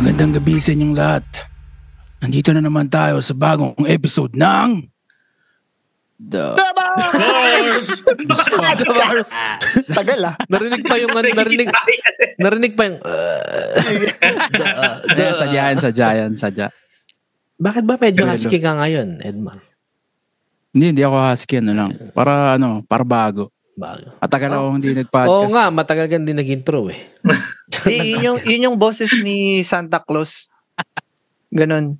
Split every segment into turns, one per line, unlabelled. Magandang gabi sa inyong lahat. Nandito na naman tayo sa bagong episode ng... The...
Tagal ah.
Narinig pa eh. yung ano, narinig narinig pa yung uh, the, uh, the,
Ayan, sadya yan, sadya yan, Eh, sadya.
Bakit ba medyo husky ka ngayon, Edmar?
Hindi, hindi ako husky, ano lang. Para, ano, para bago.
Bago.
Matagal ako hindi
Oo
nag-podcast.
nga, matagal ka din nag-intro eh.
Di, yun, yung, yun yung boses ni Santa Claus. Ganon.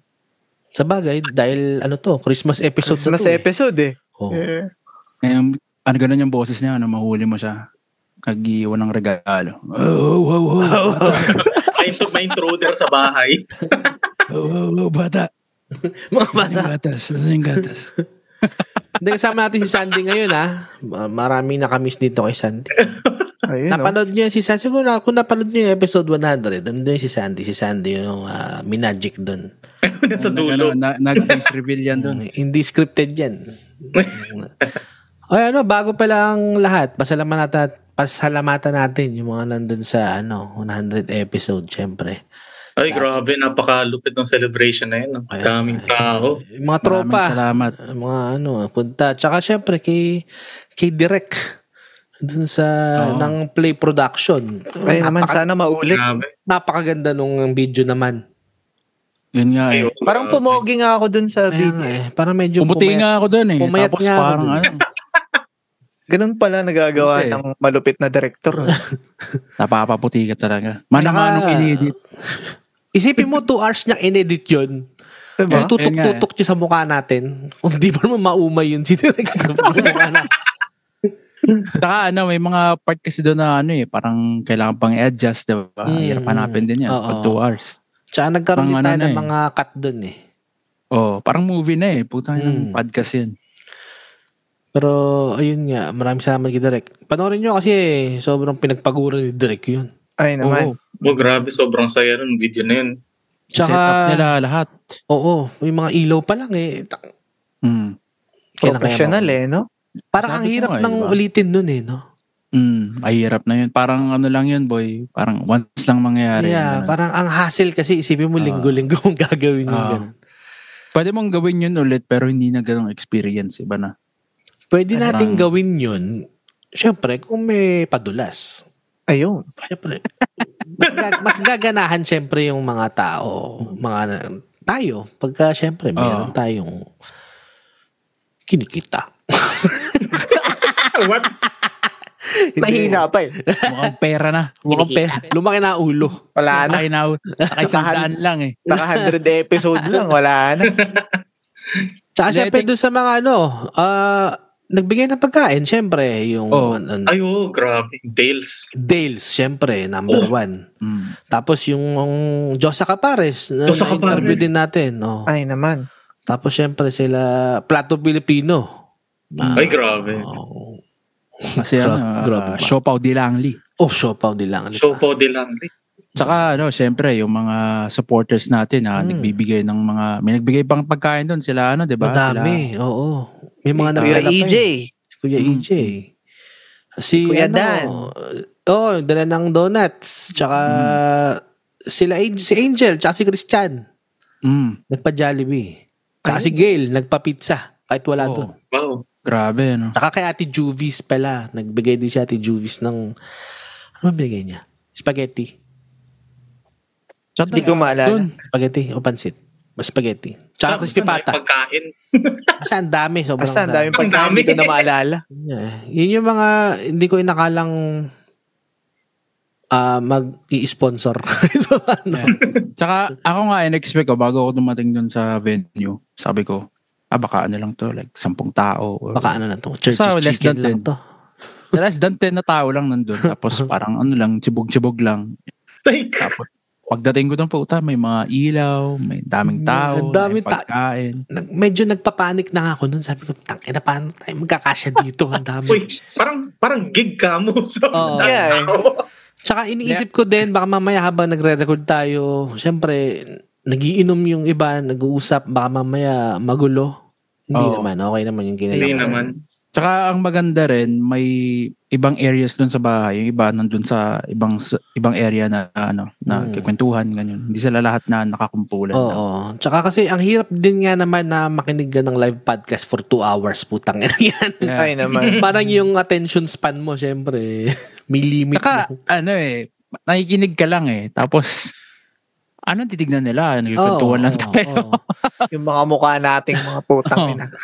Sa bagay, dahil ano to, Christmas episode na
Mas
to eh.
episode eh.
Oo.
Yeah.
Ngayon, ano ganun yung boses niya, ano, mahuli mo siya. Nag-iwan ng regalo.
Oh, oh, oh, oh,
may, intro- may intruder sa bahay.
oh, oh, oh, bata.
Mga
Ano
bata.
yung gatas? Ano yung gatas?
Hindi, kasama natin si Sandy ngayon ha. Ma- Maraming nakamiss dito kay Sandy.
Ayun, no?
Napanood niyo yung si Sandy. Siguro ah, kung napanood niyo yung episode 100, nandun yung si Sandy. Si Sandy yung ah, minagic doon.
Nasa dulo.
Nag-ano, Ano, na- Nag-face reveal yan doon.
Hindi scripted yan. Ay ano, bago pa lang lahat, pasalamatan natin, pasalamatan natin yung mga nandun sa ano, 100 episode, syempre.
Ay, grabe. Napakalupit ng celebration na yun. Ang
Kaya-
daming
eh.
tao.
Yung mga
Maraming
tropa.
salamat.
Mga ano, punta. Tsaka syempre kay, kay Direk. Dun sa,
Oo.
ng Play Production.
Ay naman, sana maulit.
Grabe.
Napakaganda nung video naman.
Yun nga eh.
Parang pumogi nga ako dun sa
Kaya nga
video.
eh, parang medyo
Pumuti
pumayat-
nga ako doon eh.
pumayat
Tapos
nga ako
parang
dun.
ano.
Ganun pala nagagawa
eh.
Hindi.
ng malupit na director.
Napapaputi ka talaga. Manamanong
Tsaka-
inedit.
Isipin mo, 2 hours niyang inedit yun.
diba?
Yung tutok-tutok
eh.
siya sa mukha natin. Kung di pa naman maumay yun si Direk sa mukha natin.
Saka ano, may mga part kasi doon na ano eh, parang kailangan pang i-adjust, di ba?
Mm.
Hirap hanapin din yan.
Oo.
Pag two hours.
Tsaka nagkaroon din
Mga
tayo
ano
ng
eh.
mga cut dun eh.
Oh, parang movie na eh. Putang
Mm.
yung podcast yun.
Pero ayun nga, maraming salamat kay Direk. Panoorin nyo kasi eh, sobrang pinagpaguran ni Direk yun.
Ay naman.
Oo.
Oh, grabe. Sobrang saya nun. Video na yun.
Tsaka,
Set up nila lahat.
oo, yung mga ilaw pa lang eh. Ta-
Mm.
kailan kaya
Professional
ba-
eh, no?
Parang ang
Sabi ko
hirap
nga eh,
ng
diba?
ulitin nun eh, no?
Mm. Ay, hirap na yun. Parang ano lang yun, boy. Parang once lang mangyayari.
yeah,
Ganun.
parang ang hassle kasi isipin mo linggo-linggo kung gagawin yung
Ah.
ganun.
Pwede mong gawin yun ulit pero hindi na ganong experience. Iba na.
Pwede
Parang-
nating gawin yun, syempre, kung may padulas.
Ayun.
Siyempre. mas, gag- mas gaganahan siyempre yung mga tao, mga na- tayo. Pagka siyempre meron
Ah.
tayong kinikita.
What?
Mahina pa eh.
Mukhang pera na.
Mukhang pera. Lumaki na ang ulo.
Wala na.
Nakay na. Nakay
ano-
sandaan lang eh.
Naka 100 episode lang. Wala na.
Tsaka
Hindi,
siyempre
I think-
doon sa mga ano, ah, nagbigay ng pagkain, siyempre, yung
Oh.
an- an-
Ay, oh, grabe. Dales.
Dales, siyempre, number one.
Mm.
Tapos yung um, Josa Capares, na
Josa
interview
Capares.
din natin. Oh.
Ay naman.
Tapos siyempre sila, Plato Pilipino. Ah,
Ay, grabe.
oh.
Kasi
Gra-
ano,
grabe
uh,
ba?
Siopaw Dilangli.
Oh, Siopaw din lang.
So, po de lang.
Mm.
Saka ano, syempre, yung mga supporters natin na nagbibigay ng mga, may nagbigay pang pagkain doon sila ano, di ba? Sila- E
Madami, oo. May mga
Kuya
nagdala pa
EJ.
eh. Si Kuya
Mm.
EJ. Si
Kuya
ano,
Dan.
Oh, dala ng donuts. Tsaka sila Ang- si Angel, tsaka si Christian.
Mm,
Nagpa-Jollibee. Tsaka si Gail, nagpa-pizza. Kahit wala
Oo.
doon.
Wow.
grabe, ano.
Tsaka kay Ate Juvis pala. Nagbigay din si Ate Juvis ng... Ano ba binigay niya? Spaghetti.
Hindi ko maalala.
Doon,
Spaghetti o pansit? Mas spaghetti. Tsaka
Tapos na
crispy
may
pata.
Pagkain.
Kasi ang dami. Sobrang
Basta ang
sarap.
daming pagkain
dami.
hindi ko na maalala.
Yeah. Yun yung mga hindi ko inakalang ah mag-i-sponsor. Ano?
Tsaka ako nga in-expect ko bago ako dumating doon sa venue, sabi ko, ah baka ano lang to, like sampung tao. Or,
Baka ano na to, church's
Sa less
chicken
than
lang to.
Less than 10 na tao lang nandun. Tapos parang ano lang, tsibog-tsibog lang.
Steak.
Tapos pagdating ko doon puta, may mga ilaw, may daming tao,
Mm, Ang
may
daming ta-
pagkain.
Nag- medyo nagpapanik na nga ako nun. Sabi ko, tangin na paano tayo magkakasya dito? Ang dami.
Uy, parang, parang gig ka mo. So,
Oo.
Yeah, eh.
Tsaka iniisip ko din, baka mamaya habang nagre-record tayo, syempre, nagiinom yung iba, nag-uusap, baka mamaya magulo. Hindi
Oo.
naman, okay naman yung
Hindi
ginagawa.
naman.
Tsaka ang maganda rin, may ibang areas dun sa bahay. Yung iba nandun sa ibang s- ibang area na ano, na
Hmm.
kikwentuhan, ganyan. Hindi sila lahat na nakakumpulan.
Oo. Tsaka kasi ang hirap din nga naman na makinig ka ng live podcast for two hours, putang ina yan.
Kaya-
Ay naman.
Parang yung attention span mo, syempre, may limit
Tsaka
lang.
ano eh, nakikinig ka lang eh. Tapos ano titignan nila? Nagkikwentuhan lang tayo.
oo.
yung mga mukha nating mga
Oh.
putang ina.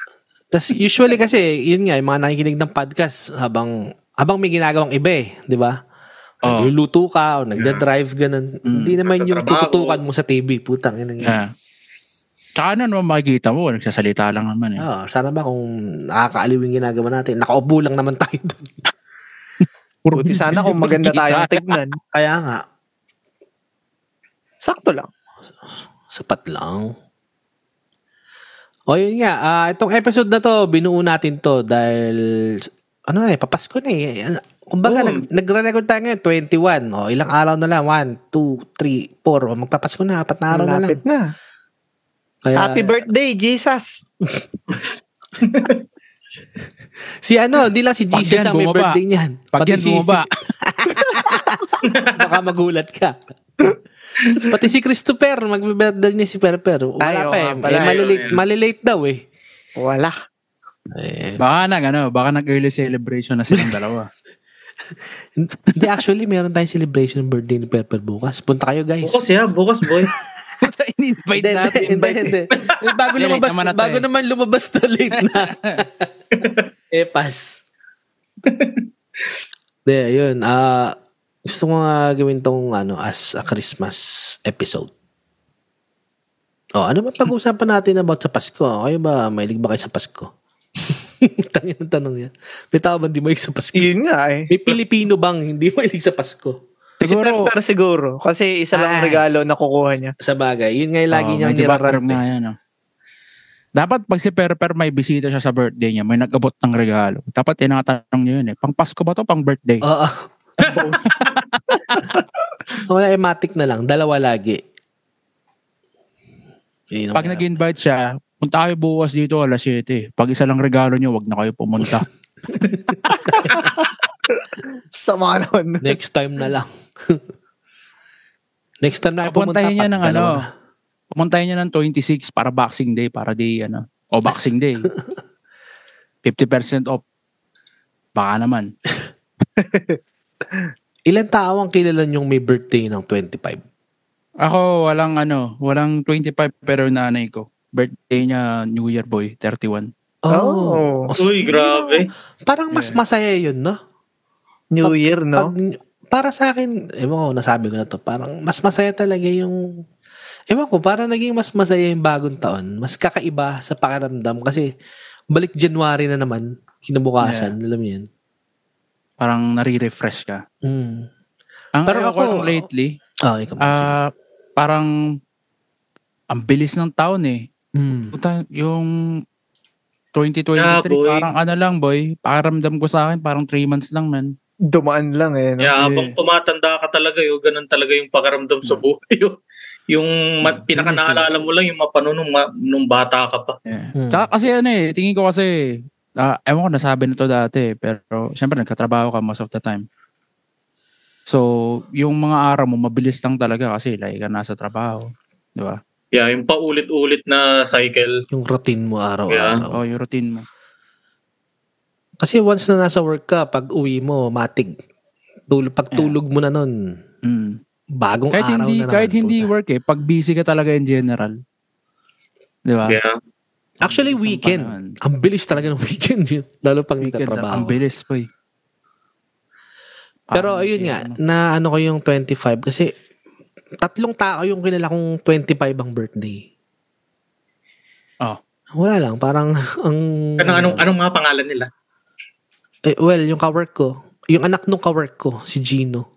Tas usually kasi, yun nga, yung mga nakikinig ng podcast habang habang may ginagawang iba eh, di ba?
Oo.
Nagluluto ka o nagda-drive, ganun.
Mm.
Hindi naman yung
Nagtatrabaho.
tututukan mo sa TV, putang ina. yun.
Yeah. Ah. Tsaka ano naman makikita mo, nagsasalita lang naman eh.
Oo, sana ba kung nakakaaliw yung ginagawa natin, nakaupo lang naman tayo doon.
Puro
Buti sana kung maganda tayong tignan.
Kaya nga,
Sakto lang.
sapat lang. O yun nga, ah, itong episode na to, binuo natin to dahil, ano na eh, papasko na eh. Ano- Kumbaga,
Oo.
nag, nagre-record tayo ngayon, 21. O, ilang araw na lang, 1, 2, 3, 4. O, magpapasko na, apat na araw na lang.
Malapit na.
Kaya,
Happy birthday, Jesus!
Si ano, hindi lang si
Pag
Jesus
yan,
ang may
bumaba.
birthday niyan.
Pag
Pati
yan
si-
bumaba,
Baka magulat ka. Pati si Christopher, magbe-birthday niya si Perper. Wala
Ay, oo
pa eh.
nga pala,
eh malilate,
yun, yun.
malilate daw eh.
Wala.
Eh,
baka nag, ano, baka nag-early celebration na silang dalawa.
Hindi, actually, meron tayong celebration ng birthday ni Pepper bukas. Punta kayo, guys.
Bukas ya, bukas boy.
In-invite
Hindi,
natin.
hindi, hindi, hindi. Eh, Bago
Late
lumabas,
naman na to
bago
eh.
naman lumabas to late na. eh, pass. Hindi, yun. Ah, gusto ko nga gawin tong ano, as a Christmas episode. Oh, ano ba pag-uusapan natin about sa Pasko? Kayo ba, mahilig ba kayo sa Pasko? Tangin ang tanong yan. May tao ba hindi mahilig sa Pasko?
Yun nga eh.
May Pilipino bang hindi mahilig sa Pasko?
Si
Siguro,
Pepper siguro. Kasi isa lang
Ah.
regalo na kukuha niya.
Sa bagay, yun nga yung lagi
Oo,
niyang
medyo
nirarant.
backroom nga
eh.
yan, oh. Dapat pag si Perper may bisita siya sa birthday niya, may nag-abot ng regalo. Dapat tinatanong niyo yun eh. Pang Pasko ba to? Pang birthday?
Oo. so, wala, ematic na lang. Dalawa lagi. Yun ang
pag
meron.
nag-invite siya, punta kayo bukas dito alas 7. Pag isa lang regalo niyo, wag na kayo pumunta.
Sama nun.
Next time na lang. Next time na ako pumunta.
Papuntahin niya
pag
ng ano,
dalawa na.
Pumuntahin niya ng 26 para Boxing Day, para day ano. O Boxing Day. 50% off. Baka naman.
Ilan tao ang kilala niyong may birthday ng 25?
Ako, walang ano, walang 25 pero yung nanay ko. Birthday niya, New Year boy, 31.
Oh.
Oh,
Uy,
sino?
grabe.
Parang mas masaya yun, no?
New Year, no?
Pag- para sa akin, ewan ko, nasabi ko na to, parang mas masaya talaga yung, ewan ko, parang naging mas masaya yung bagong taon. Mas kakaiba sa pakiramdam kasi balik January na naman, kinabukasan, alam mo yun.
Parang nare-refresh ka.
Mm.
Ang
Pero
pero ako,
ako,
lang lately,
Oh, ikaw. sige.
ah, parang ang bilis ng taon eh.
Mm.
Puta, yung 2023,
Yeah, boy.
parang ano lang boy, pakiramdam ko sa akin, parang 3 months lang man.
Dumaan lang eh.
Ano
No?
Yeah, habang tumatanda ka talaga, yo, ganun talaga yung pakaramdam
Hmm.
sa buhay. Yo. Yung ma- pinaka naalala mo lang yung mapano nung, ma- nung bata ka pa.
Yeah.
Hmm.
Tsaka kasi ano eh, tingin ko kasi, ah, ewan ko nasabi na to dati, pero syempre nagkatrabaho ka most of the time. So, yung mga araw mo, mabilis lang talaga kasi lagi ka nasa trabaho. Di ba?
Yeah, yung paulit-ulit na cycle.
Yung routine mo araw-araw.
O, Oh, yung routine mo.
Kasi once na nasa work ka, pag uwi mo, matig. Tul- pagtulog mo na nun,
Mm.
bagong
Kahit
araw
hindi,
na naman.
kahit hindi
puta.
work eh, pag busy ka talaga in general. Di ba?
Yeah.
Actually,
Isang
weekend.
panahon.
Ang bilis talaga ng weekend yun. Lalo pag
Weekend,
nagtatrabaho.
ang bilis po eh.
Pero
Parang,
ayun
eh,
nga,
ano.
na ano ko yung 25 kasi tatlong tao yung kinala kong 25 ang birthday.
Oh.
Wala lang, parang ang...
Ano? Hmm.
Anong, Ano, anong, anong mga pangalan nila?
eh, well, yung kawork ko, yung anak nung kawork ko, si Gino.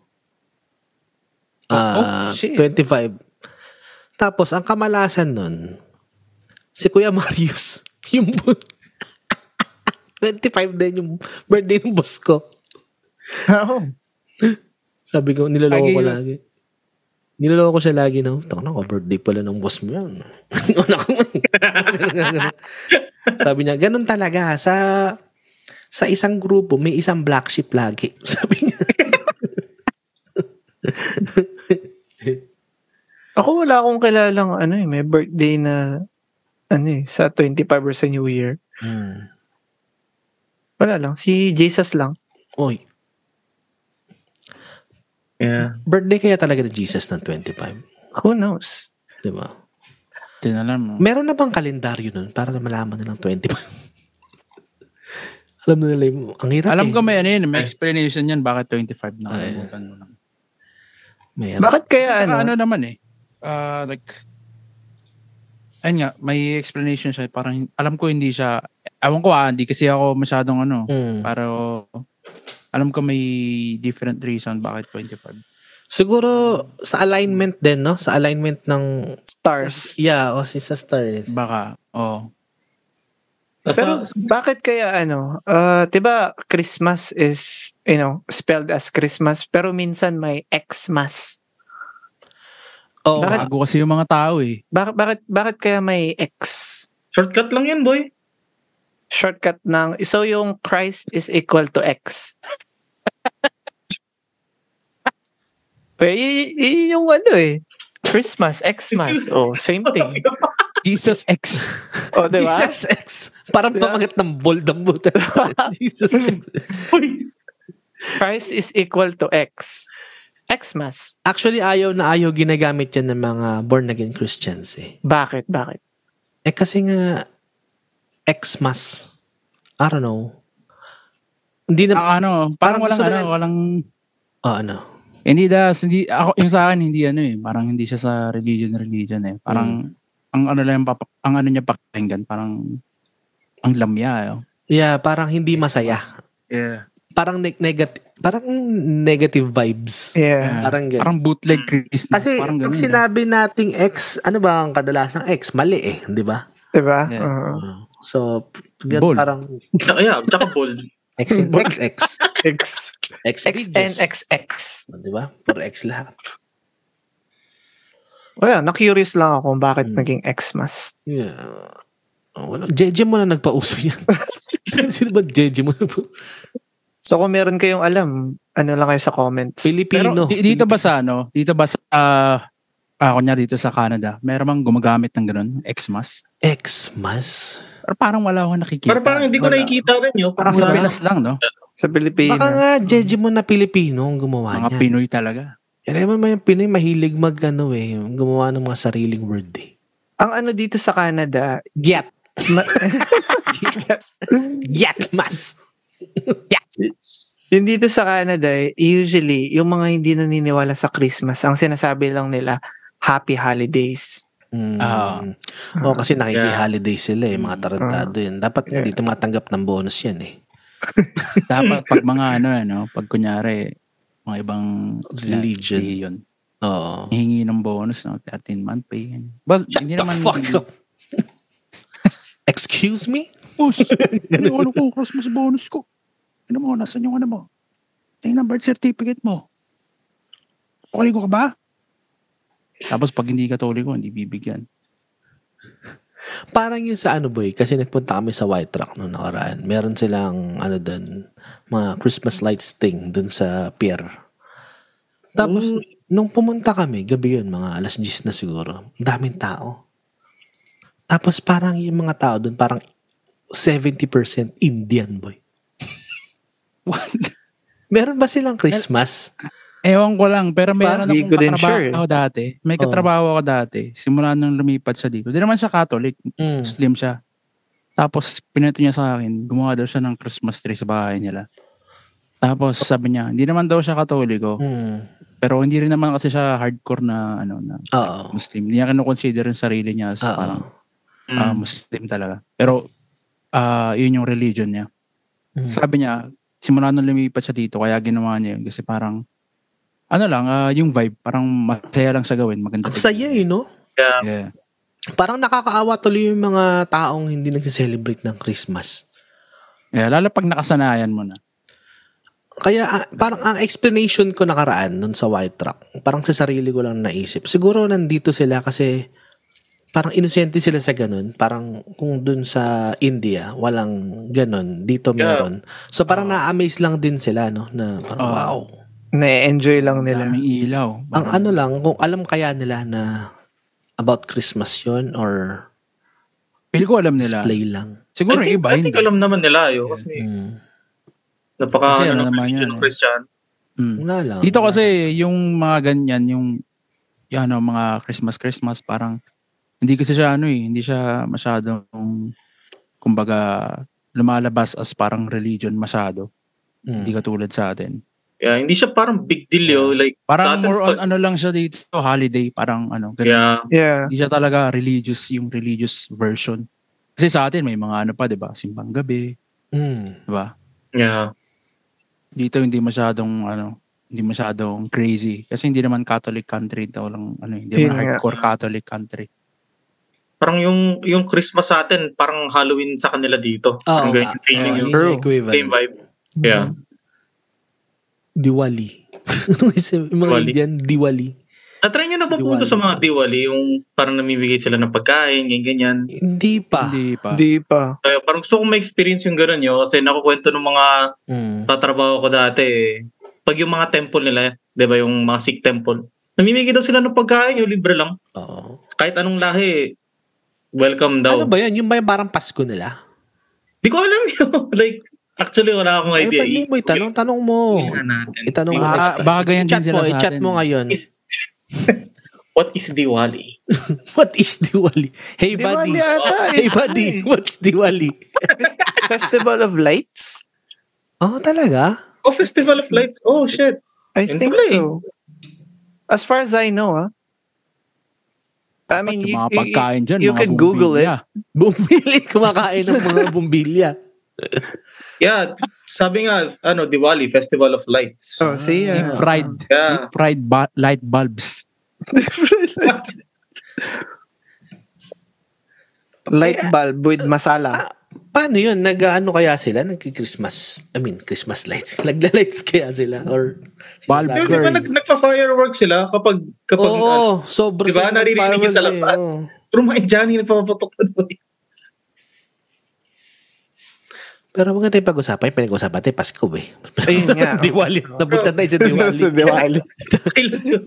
Ah,
oh, shit.
25. Tapos, ang kamalasan nun, si Kuya Marius. Yung bu- 25 din yung birthday ng boss ko.
Oo.
Sabi ko, niloloko
Lagi
ko
yun.
lagi. Niloloko ko siya lagi na, Taka na, birthday pala ng boss mo yan. Una ko. Sabi niya, ganun talaga. Sa sa isang grupo, may isang black sheep lagi. Sabi niya.
Ako wala akong kilalang ano eh, may birthday na ano eh, sa 25 or sa New Year.
Hmm.
Wala lang, si Jesus lang.
Oy,
Yeah.
birthday kaya talaga ni Jesus ng 25.
Who knows?
Di ba?
Hindi na alam. oh.
Meron na bang kalendaryo nun para na malaman nilang 25? Alam na nila yung, ang hirap
Alam
eh.
ko may ano yun, may explanation yan bakit 25 na
Ay.
kalimutan mo lang.
May ano.
Bakit kaya
Ano?
ano?
ano naman eh, ah, like, ayun nga, may explanation siya. Parang, alam ko hindi siya, ewan ko ah, hindi kasi ako masyadong ano,
Mm.
pero alam ko may different reason bakit 25.
Siguro sa alignment din, no? Sa alignment ng...
Stars.
Yeah, o si sa star.
Baka, oh.
Pero
Nasa,
bakit kaya ano? Uh, 'di ba Christmas is, you know, spelled as Christmas pero minsan may Xmas.
Oh,
Bakit?
Bago kasi yung mga tao eh.
Bakit bakit bakit kaya may X?
shortcut lang yan, boy.
shortcut ng so yung Christ is equal to X. Well, Eh, y- y- yung ano eh. Christmas, Xmas. Oh, same
Eh.
thing.
Jesus X.
Oh, di ba?
Jesus X. Parang
Diba?
pamagat ng bold ang buta. Jesus X.
Uy,
Christ is equal to X. Xmas.
Actually, ayaw na ayaw ginagamit yan ng mga born-again Christians eh.
Bakit? Bakit?
Eh kasi nga, Xmas. I don't know. Hindi na...
Ah, ano,
Parang
parang, walang
gusto
ano,
nila-
walang Ah. eh,
oh, ano?
hindi da hindi ako yung sa akin hindi ano eh, parang hindi siya sa religion religion eh. Parang ang ano lang yung papa- ang ano niya pakinggan, parang ang lamya eh.
Yeah, parang hindi masaya.
Yeah.
Parang neg- negative parang negative vibes.
Yeah.
Parang ganun.
Parang bootleg Christmas,
Hmm. Kasi
parang
pag
ganun. eh.
sinabi nating X, ano ba ang kadalasang X? Mali eh, di ba?
Diba?
Yeah.
Oo.
So, gan-
Bold.
parang
tsaka, yeah, tsaka bold.
X and XX.
X.
X
X and XX.
Di ba? Puro X lahat.
Wala, na-curious lang ako kung bakit
Hmm.
naging Xmas.
Yeah. Oh, wala. JJ mo na nagpauso yan. Sino ba JJ mo na po?
So kung meron kayong alam, ano lang kayo sa comments.
Pilipino.
Pero di- dito ba sa ano, dito ba sa ah ah, kunyari dito sa Canada, meron mang gumagamit ng ganun, Xmas?
X mas.
Pero parang wala akong nakikita.
Pero parang hindi ko
Wala.
nakikita rin yun.
Parang sa Pinas lang, no?
Sa Pilipino.
Baka nga JJ mo na Pilipino ang gumawa
Mga
niya.
Pinoy talaga.
Alam mo may Pinoy mahilig mag ano eh, gumawa ng mga sariling word eh.
Ang ano dito sa Canada,
Gyat.
Ma-
Gyat mas.
Yung dito sa Canada, eh, usually, yung mga hindi naniniwala sa Christmas, ang sinasabi lang nila, happy holidays.
Mm.
Ah.
Oo, kasi nakiki-holiday sila eh, mga tarantado yun. Dapat
Yeah.
hindi tumatanggap ng bonus yan eh.
Dapat pag mga ano, ano, pag kunyari, mga ibang
Religion.
religion,
Oo.
hihingi ng bonus, no? 13 month pay. Well, hindi
The
naman...
fuck up. Excuse me?
Boss, hindi ko ano ko, Christmas bonus ko. Ano mo, nasan yung ano mo? Tingnan birth certificate mo. Tuloy ko ka ba? Tapos pag hindi ka tuloy ko, hindi bibigyan.
Parang yung sa ano boy, kasi nagpunta kami sa White Rock noong nakaraan. Meron silang ano dun, mga Christmas lights thing dun sa pier. Tapos, nung pumunta kami, gabi yun, mga alas 10 na siguro, ang daming tao. Tapos parang yung mga tao dun, parang 70% Indian boy.
What?
Meron ba silang Christmas?
Ewan ko lang, pero meron
Hindi
akong
ko din
katrabaho
sure, eh.
ako dati. May
Oo.
katrabaho ako dati. Simula nung lumipat siya dito. Hindi naman siya Catholic,
Mm.
Muslim siya. Tapos pinato niya sa akin, gumawa daw siya ng Christmas tree sa bahay nila. Tapos sabi niya, hindi naman daw siya Katoliko,
Mm.
pero hindi rin naman kasi siya hardcore na ano na
Oo.
Muslim. Hindi niya kinukonsider yung sarili niya as
Oo.
parang ah,
Mm.
Muslim talaga. Pero ah, yun yung religion niya.
Mm.
Sabi niya, simula nung lumipat siya dito, kaya ginawa niya yun kasi parang ano lang, ah, yung vibe, parang masaya lang siya gawin. Maganda.
Ang saya eh, no?
Yeah.
Yeah.
Parang nakakaawa tuloy yung mga taong hindi nagsiselebrate ng Christmas.
yeah. Lalo pag nakasanayan mo na.
Kaya ah, parang ang explanation ko nakaraan nun sa White Rock, parang sa sarili ko lang naisip. Siguro nandito sila kasi parang inosente sila sa ganun. Parang kung dun sa India, walang ganun. Dito
Yeah.
meron. So parang na-amaze lang din sila, no? Na parang,
Oo.
wow.
Na-enjoy lang nila.
Daming ilaw.
Ang
Parang-
ano lang, kung alam kaya nila na about Christmas yon or
Pili ko alam nila. Eh.
display lang.
Siguro
I
yung
think,
iba
I
hindi. Hmm.
think alam naman nila yun. Kasi
Mm.
napaka
Kasi ano
ano, ng
naman
religion
yan,
ng
eh.
Christian.
Mm.
Wala lang.
Dito kasi yung mga ganyan, yung yung ano, mga Christmas Christmas parang hindi kasi siya ano eh, hindi siya masyadong kumbaga lumalabas as parang religion masyado.
Mm.
Hmm.
Hindi katulad sa atin.
Yeah, hindi siya parang big deal yo. Like, sa
Parang
atin,
more on
pag-
ano lang siya dito, holiday, parang ano, ganun.
Yeah.
Yeah.
Hindi siya talaga religious yung religious version. Kasi sa atin may mga ano pa, 'di ba? Simbang gabi,
Mm.
'di ba?
Yeah.
dito hindi masyadong ano, hindi masyadong crazy kasi hindi naman Catholic country ito lang ano, hindi naman
Yun nga.
hardcore Catholic country.
Parang yung yung Christmas sa atin, parang Halloween sa kanila dito.
Oo
parang
nga.
ganyan feeling
Oo,
yung
yun yung
same
equivalent.
vibe. Yeah.
Diwali. Ano isip- yung mga
Diwali.
Indian, Diwali.
Natry nyo na ba punta
Diwali.
sa mga Diwali? Yung parang namimigay sila ng pagkain, ganyan, ganyan.
Hindi pa.
Hindi pa.
Di pa.
Kaya parang gusto kong ma-experience yung ganun yun kasi nakukwento ng mga
Mm.
tatrabaho ko dati eh. Pag yung mga temple nila, di ba yung mga Sikh temple, namimigay daw sila ng pagkain, yung libre lang.
Oo.
Kahit anong lahi, welcome daw.
Ano ba yun? Yung ba yung parang Pasko nila?
Di ko alam yun. like, actually wala akong
Ay,
idea.
pag hindi mo itanong, tanong mo.
Tingnan natin.
Itanong mo
Baka-
next time.
baka ganyan din
I-chat
sila
mo,
sa
i-chat
atin.
mo ngayon.
Is- What is Diwali?
What is Diwali? Hey, buddy.
Diwali ata.
Hey,
is-
buddy. What's Diwali?
Festival of Lights?
Oh, talaga?
Oh, Festival of Lights. Oh, shit.
I
Yun
think
pala eh.
so. As far as I know, ah. I
Yung
mean, you,
mga
you-
pagkain dyan,
you
mga
can Google it.
bumbilya.
Bumili, kumakain ng mga bumbilya.
Yeah, sabi nga, ano, Diwali, Festival of Lights.
Oh, see?
Deep
Yeah.
fried,
Yeah.
deep fried ba- light bulbs.
Light bulb with masala.
Ah, Paano yun? Nag-ano kaya sila? Nag-Christmas? I mean, Christmas lights. Nagla-lights kaya sila? Or
Bulb
Pero di ba
Girl.
nag, nagpa-firework sila kapag,
Oo,
kapag, ah,
oh, sobrang.
Di ba? Naririnig yun sa labas.
eh,
Pero mga Indiani nagpapapatok na doon.
Pero huwag natin pag-usapan. Yung pinag-usapan natin, Pasko eh.
Ayun nga.
Diwali. Nabuntan tayo sa Diwali.
Sa Diwali.
Kailan yun?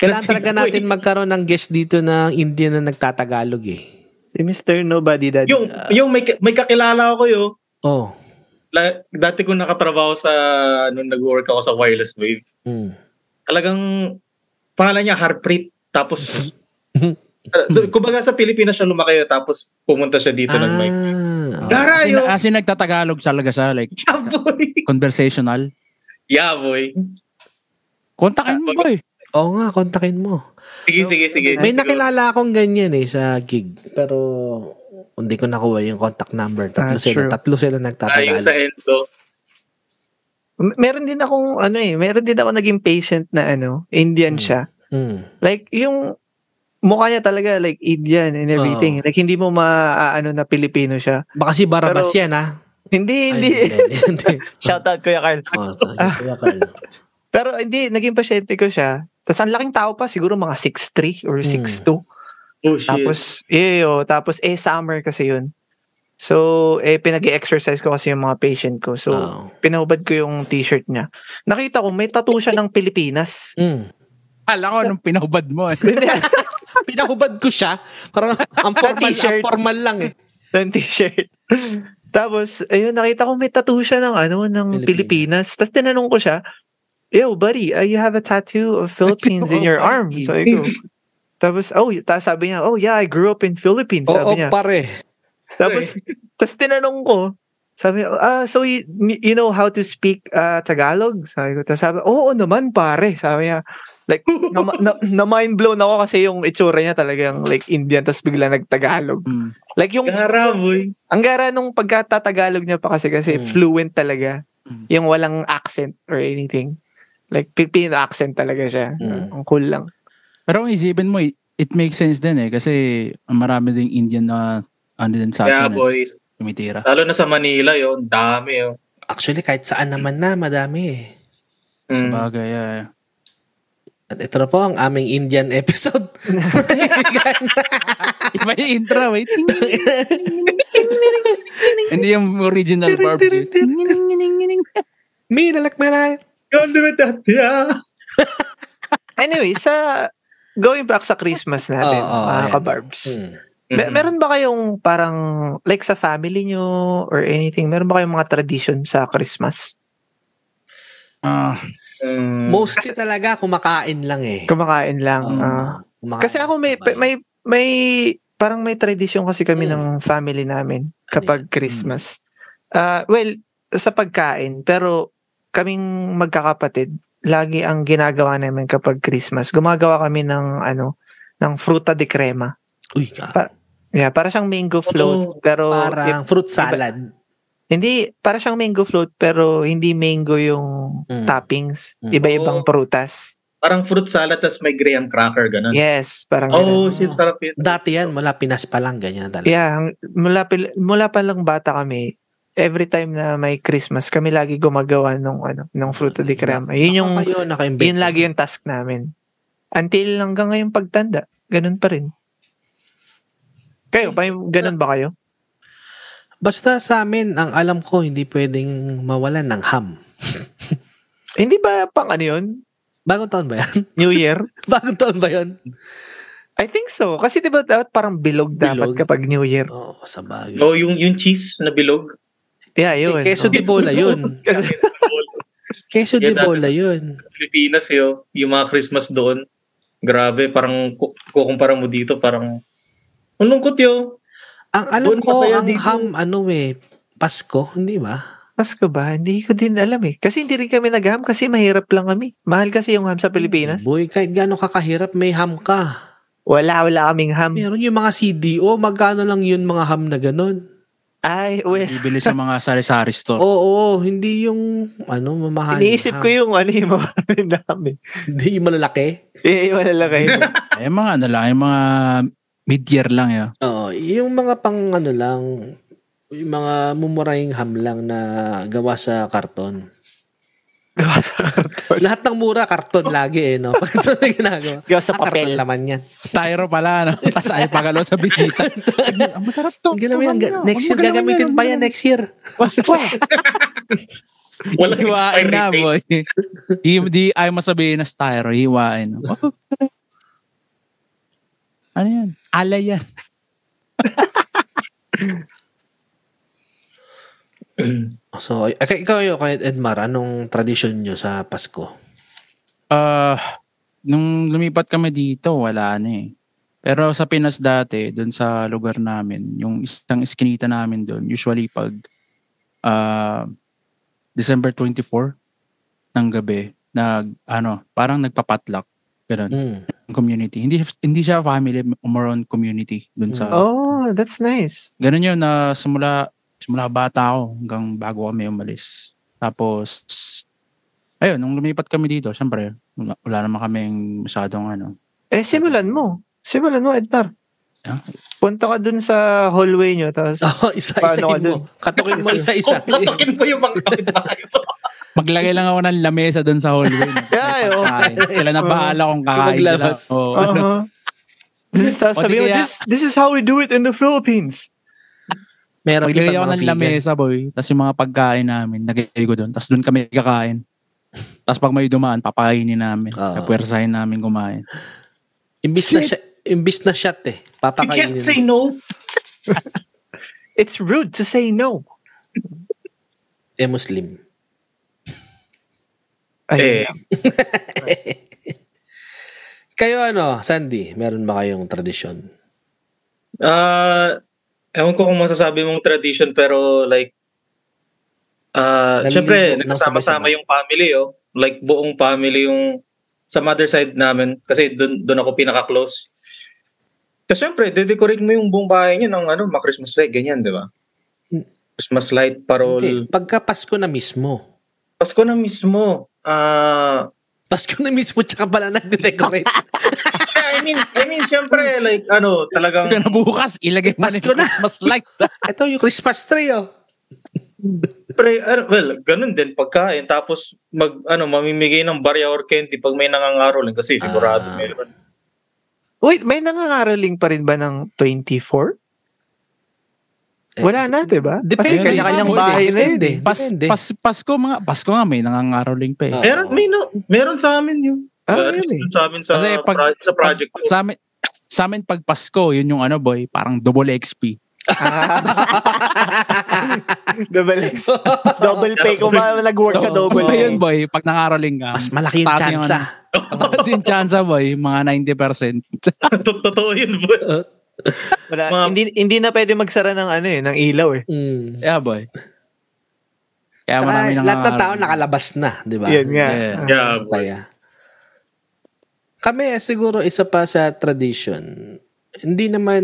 Kailangan
Kasi
talaga
ito
natin magkaroon ng guest dito ng Indian na nagtatagalog eh.
Si Mr.
eh.
Nobody Daddy.
Yung, yung may, ka- may kakilala ako yun.
Oh.
La- dati ko nakatrabaho sa, nung nag-work ako sa Wireless Wave.
Mm.
Talagang, pangalan niya Harpreet. Tapos, uh, do- kumbaga sa Pilipinas siya lumaki tapos pumunta siya dito ng may
Ah.
As
Gara
in,
yun!
as in, nagtatagalog talaga siya, like
Ah.
Yeah, boy!
conversational.
Yeah, boy.
Kontakin mo ba eh.
Oo nga, kontakin mo.
Sige, sige, sige.
May nakilala akong ganyan eh sa gig. Pero hindi ko nakuha yung contact number. Tatlo
Ah,
sila,
true.
tatlo
Ayun
sila
sa
nagtatagalog.
Enzo.
M- Meron din akong, ano eh, meron din ako naging patient na ano, Indian
Hmm.
siya.
eh.
Mm.
Like, yung mukha niya talaga, like, Indian and everything. Like, hindi mo maaano na Pilipino siya.
Baka si Barabas
Pero-
yan ha.
Hindi, hindi.
Ay, hindi.
Shout Ah, out, Kuya Carl.
Oh, sorry, Kuya Carl.
Pero hindi, naging pasyente ko siya. Tapos ang laking tao pa, siguro mga 6'3 or 6'2.
Oh, shit.
Tapos, eh, oh, tapos eh, summer kasi yun. So, eh, pinag-exercise ko kasi yung mga patient ko. So,
Oo.
pinahubad ko yung t-shirt niya. Nakita ko, may tattoo siya ng Pilipinas.
Mm.
Kala ko anong pinahubad mo eh.
Pinahubad ko siya. Parang ang formal, ang
T-shirt.
formal lang eh.
ng t-shirt. Tapos, ayun, nakita ko may tattoo siya ng, ano, ng Pilipinas. Tapos tinanong ko siya, Yo, buddy, uh, you have a tattoo of Philippines in your arm. So, I go, tapos, oh, tapos sabi niya, oh yeah, I grew up in Philippines.
Oo,
Sabi niya.
pare.
Tapos, tapos tinanong ko, sabi niya, ah, so you, you know how to speak uh, Tagalog? Sabi ko, tapos sabi, oo naman pare. Sabi niya, like, na, na, na mind blown ako kasi yung itsura niya talagang like Indian, tapos bigla nagtagalog.
Mm.
Like yung
Gara, boy.
ang gara nung pagkatatagalog niya pa kasi kasi
Mm.
fluent talaga.
Mm.
Yung walang accent or anything. Like Filipino accent talaga siya.
Mm.
Ang cool lang.
Pero kung isipin mo, it, it makes sense din eh kasi marami ding Indian na ano din sa
Yeah,
atin, eh,
boys.
tumitira.
Lalo na sa Manila yun. Dami oh. yun.
Actually, kahit saan naman na, madami eh.
Mm.
Bagay, yeah.
At ito na po ang aming Indian episode.
Iba yung intro, eh. wait. Hindi yung original barbecue.
May nalakmalan.
Don't do it that, yeah.
Anyway, sa going back sa Christmas natin,
Oo, oo,
mga
ayan.
kabarbs.
Hmm.
Mm.
Me- meron ba kayong parang like sa family nyo or anything, meron ba kayong mga tradition sa Christmas?
Ah,
Mm.
Mostly talaga kumakain lang eh.
Kumakain lang.
Oo,
ah.
kumakain
kasi ako may
sabay.
may may parang may tradition kasi kami
Mm. Ano
ng family namin kapag Christmas. Ah, well, sa pagkain, pero kaming magkakapatid, lagi ang ginagawa namin kapag Christmas, gumagawa kami ng ano, ng fruta de crema.
Uy, ka.
Pa- Yeah, para siyang mango float,
Oh,
pero
parang fruit salad.
Hindi, para siyang mango float pero hindi mango yung
Mm.
toppings.
Mm.
Iba-ibang
Oh.
prutas.
Parang fruit salad tas may graham cracker,
Mm.
ganun.
Yes, parang ganun.
Oh, shit, sarap yun.
Dati yan, mula Pinas pa lang, ganyan talaga.
Yeah, hang- mula, pil- mula pa lang bata kami, every time na may Christmas, kami lagi gumagawa nung ano, nung fruta de crema. Yun yung
Ako kayo, naka-invent.
yun lagi yung task namin. Until hanggang ngayong pagtanda, ganun pa rin. Kayo, pa ganun ba kayo?
Basta sa amin, ang alam ko, hindi pwedeng mawalan ng ham.
Hindi ba pang ano yun?
Bagong taon ba yan?
New Year?
Bagong taon ba yun?
I think so. Kasi di ba dapat parang bilog dapat
Bilog.
kapag New Year?
Oo, sa bagay.
Oh, yung, yung cheese na bilog.
Yeah, yun.
Queso
Oh.
de Eh, bola yun.
Kasi sa bola.
Queso de
Yan natin.
bola yun.
Pilipinas yo, yung mga Christmas doon. Grabe, parang ku- kukumpara mo dito, parang ang lungkot yo.
Ang alam
Doon
ko,
masaya
ang
dito.
ham, ano eh, Pasko, hindi ba?
Pasko ba? Hindi ko din alam eh. Kasi hindi rin kami naghaham kasi mahirap lang kami. Mahal kasi yung ham sa Pilipinas.
Boy, kahit gaano kakahirap, may ham ka.
Wala, wala kaming ham.
Meron yung mga CDO, magkano lang yun mga ham na ganun?
Ay, well,
Bibili sa mga sari-sari store.
Oo, hindi yung, ano, mamahal.
iniisip
ah.
ko yung ano yung mamahalin namin.
Hindi yung malalaki.
Eh, wala lang kayo.
Eh, mga ano lang, yung mga mid-year lang eh. yun.
Oo, yung mga pang ano lang, yung mga mumurahing ham lang na gawa sa karton.
Gawa sa karton.
Lahat ng mura, karton lagi eh, no? Pag sa ginagawa.
Gawa sa
Ah, karton
papel.
laman yan.
Styro pala, no? Tapos ay pagalo sa bisita. Ang masarap to.
Ang ginawa yan,
Ang
next year
magagalaw
gagamitin
yan,
pa
ang
yan next year.
Walang
Hiwain
expiry
na,
date.
boy. di, di ayaw masabihin na styro, hiwain. Oh, ano yan? Alay yan.
Oh, So, ay- okay, ikaw yun, kahit Edmar, anong tradisyon nyo sa Pasko?
Ah, nung lumipat kami dito, wala na eh. Pero sa Pinas dati, doon sa lugar namin, yung isang iskinita namin doon, usually pag ah, December 24 ng gabi, nag ano, parang nagpapatlak. Ganun,
Mm.
Hmm.
community. Hindi hindi siya family, more on community doon sa
oh, that's nice.
Ganun yun na simula simula bata ako hanggang bago kami umalis. Tapos ayun, nung lumipat kami dito, syempre wala, wala naman kaming masyadong ano.
Eh, simulan mo. Simulan mo, Ednar.
Yeah.
Punta ka dun sa hallway nyo, tapos
Oo, isa-isa
Paano ka dun?
Oh, mo. Katukin mo isa-isa.
Oh, Patakin ko yung mga kapitbahay mo.
Maglagay lang ako ng lamesa doon sa hallway.
Yeah, oo.
Pagkain. Sila na bahala kung kakain sila.
Maglabas.
Oo.
Oh.
oh. Uh-huh. This is,
O, di
sabi mo,
kaya-
this, this is how we do it in the Philippines.
Meron
Maglagay ako
kitang mga
ng
vegan.
lamesa, boy. Tapos yung mga pagkain namin, nagay ko doon. Tapos doon kami kakain. Tapos pag may dumaan, papakainin namin.
Oo.
Kapwersahin namin kumain.
Imbis na, siya, imbis na shot eh.
You can't
Papakainin.
say no.
It's rude to say no.
Eh, Muslim.
Eh,
Ayun.
Kayo ano, Sandy, meron ba kayong tradisyon?
Ah, ewan ko kung masasabi mong tradition pero like ah
Naliligo
syempre
ng
nagsasama-sama
sabay-sabay.
yung family oh. Like buong family yung sa mother side namin kasi doon doon ako pinaka-close. Kasi syempre, dedecorate mo yung buong bahay niyo ng ano, mga Christmas light ganyan, 'di ba?
Hmm.
Christmas light, parol.
Hindi, pagka Pasko na mismo.
Pasko na mismo. Ah,
Pasko na mismo tsaka pala nagde-decorate.
I mean, I mean syempre like ano,
Pasko
talagang
na bukas, ilagay mo na
Pasko
yung
na.
Christmas light.
Ito yung Christmas tree oh.
Pre, ano, well, ganun din pagkain. Tapos, mag, ano, mamimigay ng barya or candy pag may nangangaroling kasi sigurado
Ah.
meron.
Wait, may nangangaraling pa rin ba ng 24? Wala na, di ba?
Eh, Depende.
Kasi kanya-kanyang bahay na yun eh.
Depende.
Pas, pas, Pasko, mga, Pasko nga may nangangaroling pa eh.
Ah.
Meron, may, no, meron sa amin yun.
Ah,
At least
really?
dun sa amin sa,
Kasi pag-
pro- sa project.
Pag- sa amin, sa amin pag Pasko, yun yung ano boy, parang double XP.
double X. Double pay. Kung ma- nag-work ka, double
pa
pay.
Ano yun boy, pag nangaroling ka.
Mas malaki yung
Taas yung
chance
ano.
ah.
Tapos yung chance boy, mga 90%.
Tot- Totoo yun, boy.
Wala,
Mga-
hindi, hindi na pwede magsara ng ano eh, ng ilaw eh.
Mm.
Yeah boy. Kaya
Tsaka,
marami
lahat ng
nangangaroling.
tao nakalabas na, di ba?
Yan nga.
Yeah.
Ah.
Yeah,
Ang
boy.
saya. Kami siguro isa pa sa tradition. Hindi naman,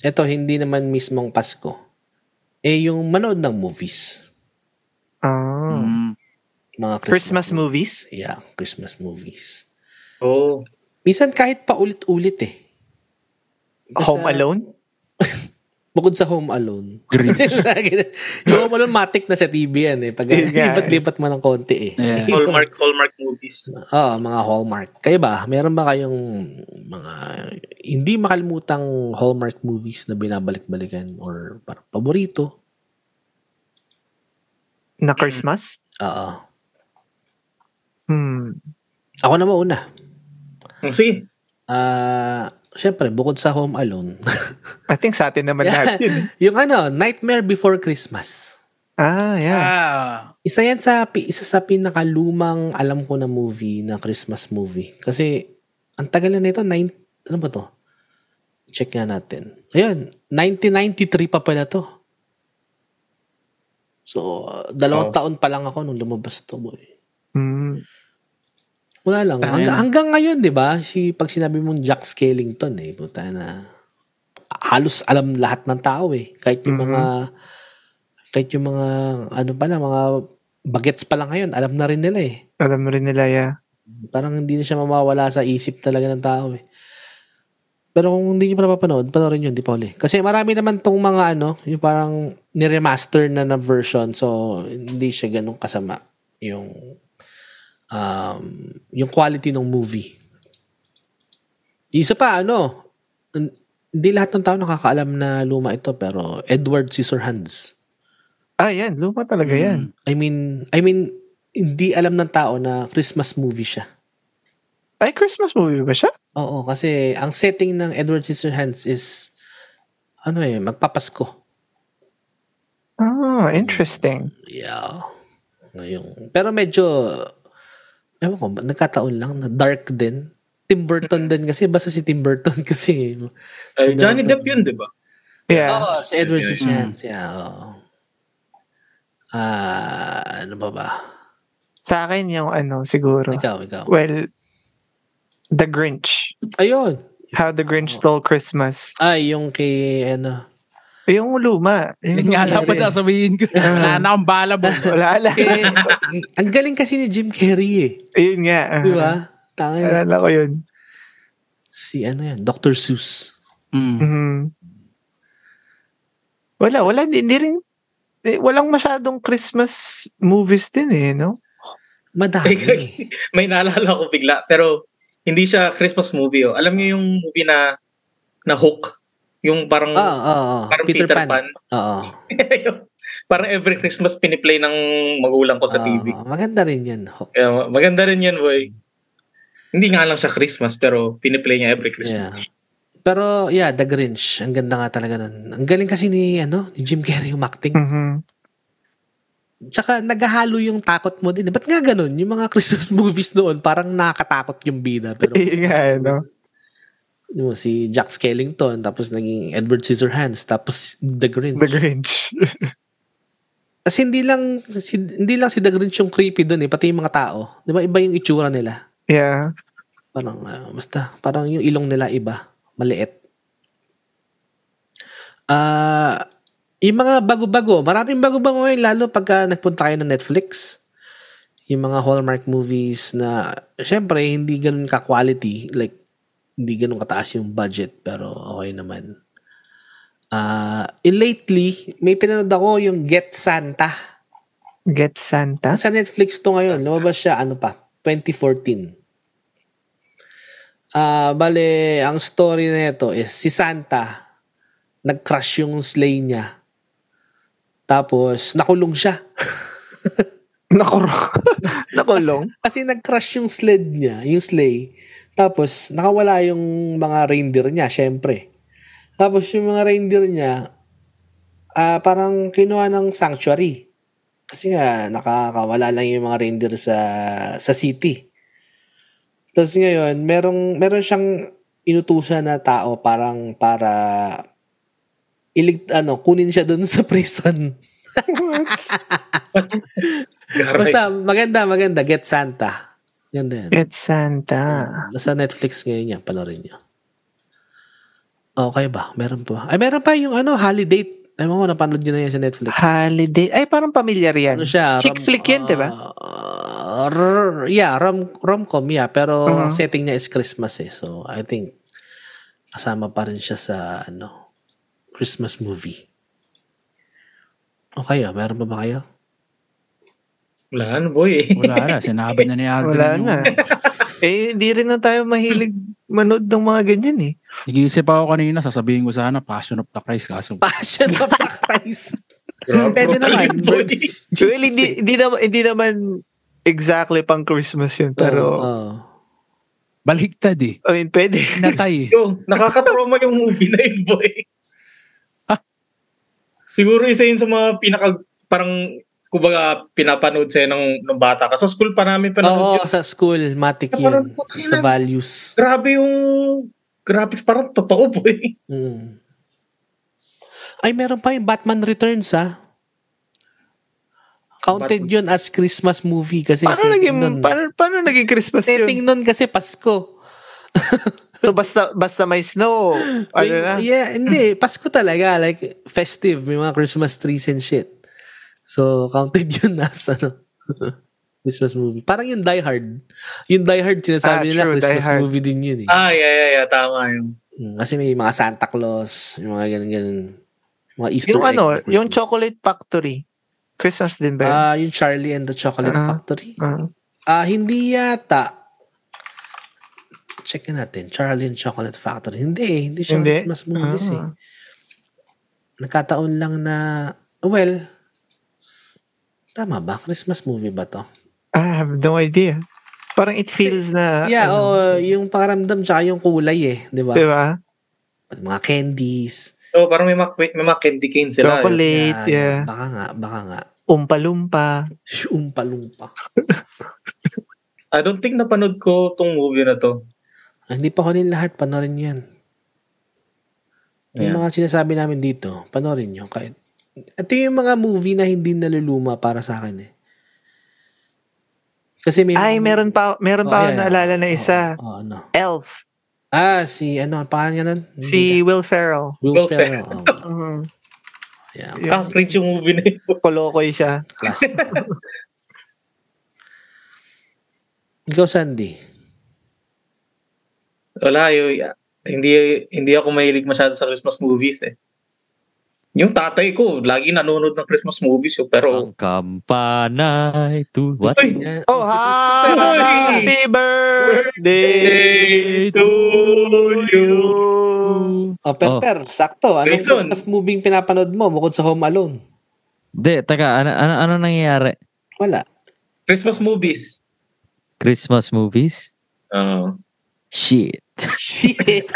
eto hindi naman mismong Pasko. Eh yung manood ng movies.
Ah.
Mm.
Mga Christmas,
Christmas movies?
Yeah, Christmas movies.
Oh.
Minsan kahit pa ulit-ulit eh. Basta-
Home Alone?
Bukod sa Home Alone.
Grinch.
yung Home Alone matik na sa TV yan eh. Pag
Yun nga, eh.
lipat-lipat mo ng konti eh.
Yeah.
Hallmark, Hallmark movies.
Ah, mga Hallmark. Kayo ba? Meron ba kayong mga hindi makalimutang Hallmark movies na binabalik-balikan or parang paborito?
Na Christmas?
Oo.
Hmm.
Ako na mauna.
Sige.
Ah, syempre bukod sa Home Alone.
I think sa atin naman lahat yun.
yung ano, Nightmare Before Christmas.
Ah, yeah.
Ah.
Isa yan sa pi- isa sa pinakalumang alam ko na movie na Christmas movie. Kasi ang tagal na nito, nine, ano ba to? Check nga natin. Ayun, 1993 pa pala to. So, uh, dalawang
Oh.
taon pa lang ako nung lumabas to, boy.
Hmm.
Wala lang.
Tangina.
Hanggang, hanggang ngayon, di ba? Si, pag sinabi mong Jack Skellington, eh, puta na. Halos alam lahat ng tao, eh. Kahit yung
Mhm.
mga, kahit yung mga, ano pala, mga bagets pa lang ngayon, alam na rin nila, eh.
Alam rin nila, yeah.
Parang hindi na siya mamawala sa isip talaga ng tao, eh. Pero kung hindi nyo pa napapanood, panoorin nyo, di pa huli. Kasi marami naman tong mga ano, yung parang niremaster na na version, so hindi siya ganun kasama yung um, yung quality ng movie. Isa pa, ano, n- hindi lahat ng tao nakakaalam na luma ito, pero Edward Scissorhands.
Ah, yan. Luma talaga yan.
I mean, I mean, hindi alam ng tao na Christmas movie siya.
Ay, Christmas movie ba siya?
Oo, kasi ang setting ng Edward Scissorhands is ano eh, magpapasko.
Ah, interesting.
Yeah. Ngayong, pero medyo ewan ko, nagkataon lang na dark din. Tim Burton din kasi, basta si Tim Burton kasi.
Ay, Johnny Depp yun, di ba?
Yeah.
Oo, si Edward
Yeah, yeah,
Scissorhands, yeah. oo. Ah, ano ba ba?
Sa akin yung ano, siguro.
Ikaw, ikaw.
Well, The Grinch.
Ayun.
How the Grinch Stole Christmas.
Ay, yung kay, ano,
Eh, Yung luma.
Yun
Yung
nga
luma
dapat
rin.
sasabihin ko. Wala na akong bala boy.
Wala lang.
kay, ang galing kasi ni Jim Carrey eh.
Ayun nga.
Di ba? Tangin.
Alala ko yun.
Si ano yan, Dr. Seuss.
Mm.
Mhm. Wala, wala. Hindi, hindi rin, eh, walang masyadong Christmas movies din eh, no?
Madami. eh.
May naalala ko bigla. Pero, hindi siya Christmas movie. Oh. Alam niyo yung movie na, na Hook? Yung parang,
Oo, oo, oo.
parang Peter, Pan.
Oo.
Ayun. parang every Christmas piniplay ng magulang ko sa
Oo,
TV.
maganda rin yan. Ho-
Kaya ma- maganda rin yan, boy. Hindi nga lang siya Christmas, pero piniplay niya every
Yeah.
Christmas.
Pero yeah, The Grinch. Ang ganda nga talaga nun. Ang galing kasi ni, ano, ni Jim Carrey yung acting.
Mhm.
Tsaka naghahalo yung takot mo din. Ba't nga ganun? Yung mga Christmas movies noon, parang nakakatakot yung bida. Pero
Ayun nga, eh, no?
Yung si Jack Skellington, tapos naging Edward Scissorhands, tapos The Grinch.
The Grinch.
Kasi hindi lang, si, hindi lang si The Grinch yung creepy doon eh, pati yung mga tao. Di ba iba yung itsura nila?
yeah.
Parang, ah, basta, parang yung ilong nila iba. Maliit. Ah, yung mga bago-bago, maraming bago-bago ngayon, lalo pagka nagpunta kayo ng Netflix. Yung mga Hallmark movies na, syempre, hindi ganun ka-quality. Like, hindi ganun kataas yung budget, pero okay naman. Ah, eh, lately, may pinanood ako yung Get Santa.
Get Santa?
Sa Netflix to ngayon. Lumabas siya, ano pa, 2014. Ah, bale, ang story na ito is si Santa, nag-crush yung sleigh niya. Tapos, nakulong siya.
Nakulong. Nakulong?
Kasi nag-crash yung sled niya, yung sleigh. Tapos, nakawala yung mga reindeer niya, syempre. Tapos, yung mga reindeer niya, ah parang kinuha ng sanctuary. Kasi nga, nakakawala lang yung mga reindeer sa, sa city. Tapos ngayon, merong, meron siyang inutusan na tao parang para ilig, ano, kunin siya doon sa prison.
Garay.
Basta, maganda, maganda. Get Santa. Maganda yan.
Get Santa.
Nasa Netflix ngayon yan, panoorin nyo. Okay ba? Meron pa. Ay, meron pa yung ano, Holiday. Ay, mo, napanood nyo na yan sa Netflix.
Holiday. Ay, parang pamilyar yan.
Ano siya?
Chick flick yan, di ba?
Ah, rrr, yeah, rom, rom-com, yeah. Pero
Uh-huh.
ang setting niya is Christmas eh. So, I think, kasama pa rin siya sa, ano, Christmas movie. Okay, oh, meron pa ba kayo?
Wala na, boy.
Wala na, sinabi na ni Aldrin
Wala
yung-
na. eh, hindi rin na tayo mahilig manood ng mga ganyan eh.
Nag-iisip ako kanina, sasabihin ko sana, Passion of the Christ. Kaso,
Passion of the Christ.
Grabe,
Pwede
brutal
naman.
yun, boy.
eh.
Well, hindi, hindi, naman, hindi naman exactly pang Christmas yun. Pero,
Oo.
baliktad eh.
I mean, pwede.
Natay eh.
Yo, nakakatrauma yung movie na yun, boy. Siguro isa yun sa mga pinaka, parang, kumbaga, pinapanood sa'yo ng, ng bata ka. Sa school pa namin
Oo,
panood yun.
sa school, matik
Parang
yun.
putang ina.
Sa values.
Grabe yung graphics, parang totoo, boy.
Mm. Ay, meron pa yung Batman Returns, ha? Counted yun as Christmas movie kasi
Paano naging, paano, paano naging Christmas
setting
yun?
nun kasi Pasko.
So, basta, basta may snow. Ano
May-
na?
Yeah, hindi. Pasko talaga. Like, festive. May mga Christmas trees and shit. So, counted yun as, ano, Christmas movie. Parang yung Die Hard. Yung Die Hard, sinasabi
Ah,
nila,
true, Die
Christmas
Hard.
movie din yun eh.
Ah, yeah, yeah, yeah. Tama yun.
Mm, Kasi may mga Santa Claus, yung mga ganun-ganun. Mga Easter
Yung
egg
ano,
na Christmas.
yung Chocolate Factory. Christmas din ba? yun?
Ah, yung Charlie and the Chocolate
Ah.
Factory.
Ah.
Ah, hindi yata. Check na natin. Charlie and Chocolate Factory. Hindi eh. Hindi siya
Hindi?
Christmas movies eh.
Ah.
Nagkataon lang na, well, tama ba? Christmas movie ba to?
I have no idea. Parang it feels na,
yeah, oo. yung pakaramdam tsaka yung kulay eh. Di ba?
Ah, ano? di ba?
Mga candies. Ah,
So, parang may mga, may mga candy cane sila. eh.
Chocolate, yeah.
Baka nga, baka nga.
Umpalumpa.
Umpa-lumpa.
I don't think napanood ko tong movie na to.
Ah, Hindi pa huli lahat, panorin yan.
Ayan.
Yung mga sinasabi namin dito, panorin nyo. Kahit, ito yung mga movie na hindi naluluma para sa akin eh. Kasi may... Oh,
Ay, meron pa, meron pa ako naalala na isa.
Oo, oo, ano.
Elf.
Ah, si ano, ang pangalan niya nun? Hindi
Si
na.
Will Ferrell.
Will
Will
Ferrell. Oh, Oo,
Mhm.
yeah,
Yeah. Ah,
classic,
cringe yung movie na yun.
Kolokoy siya.
classic. Ikaw, Sandy.
Wala, yun. Hindi, hindi ako mahilig masyado sa Christmas movies eh. Yung tatay ko, lagi nanonood ng Christmas movies yun, pero...
Ang kampanay to what?
Ah. Ay!
Oh, happy birthday to you.
Oh, per,
Oh.
per, sakto. Anong
Jason.
Christmas movie yung pinapanood mo bukod sa Home Alone?
Hindi, taka, ano, ano, ano nangyayari?
Wala.
Christmas movies.
Christmas movies?
Oo.
Shit.
Shit.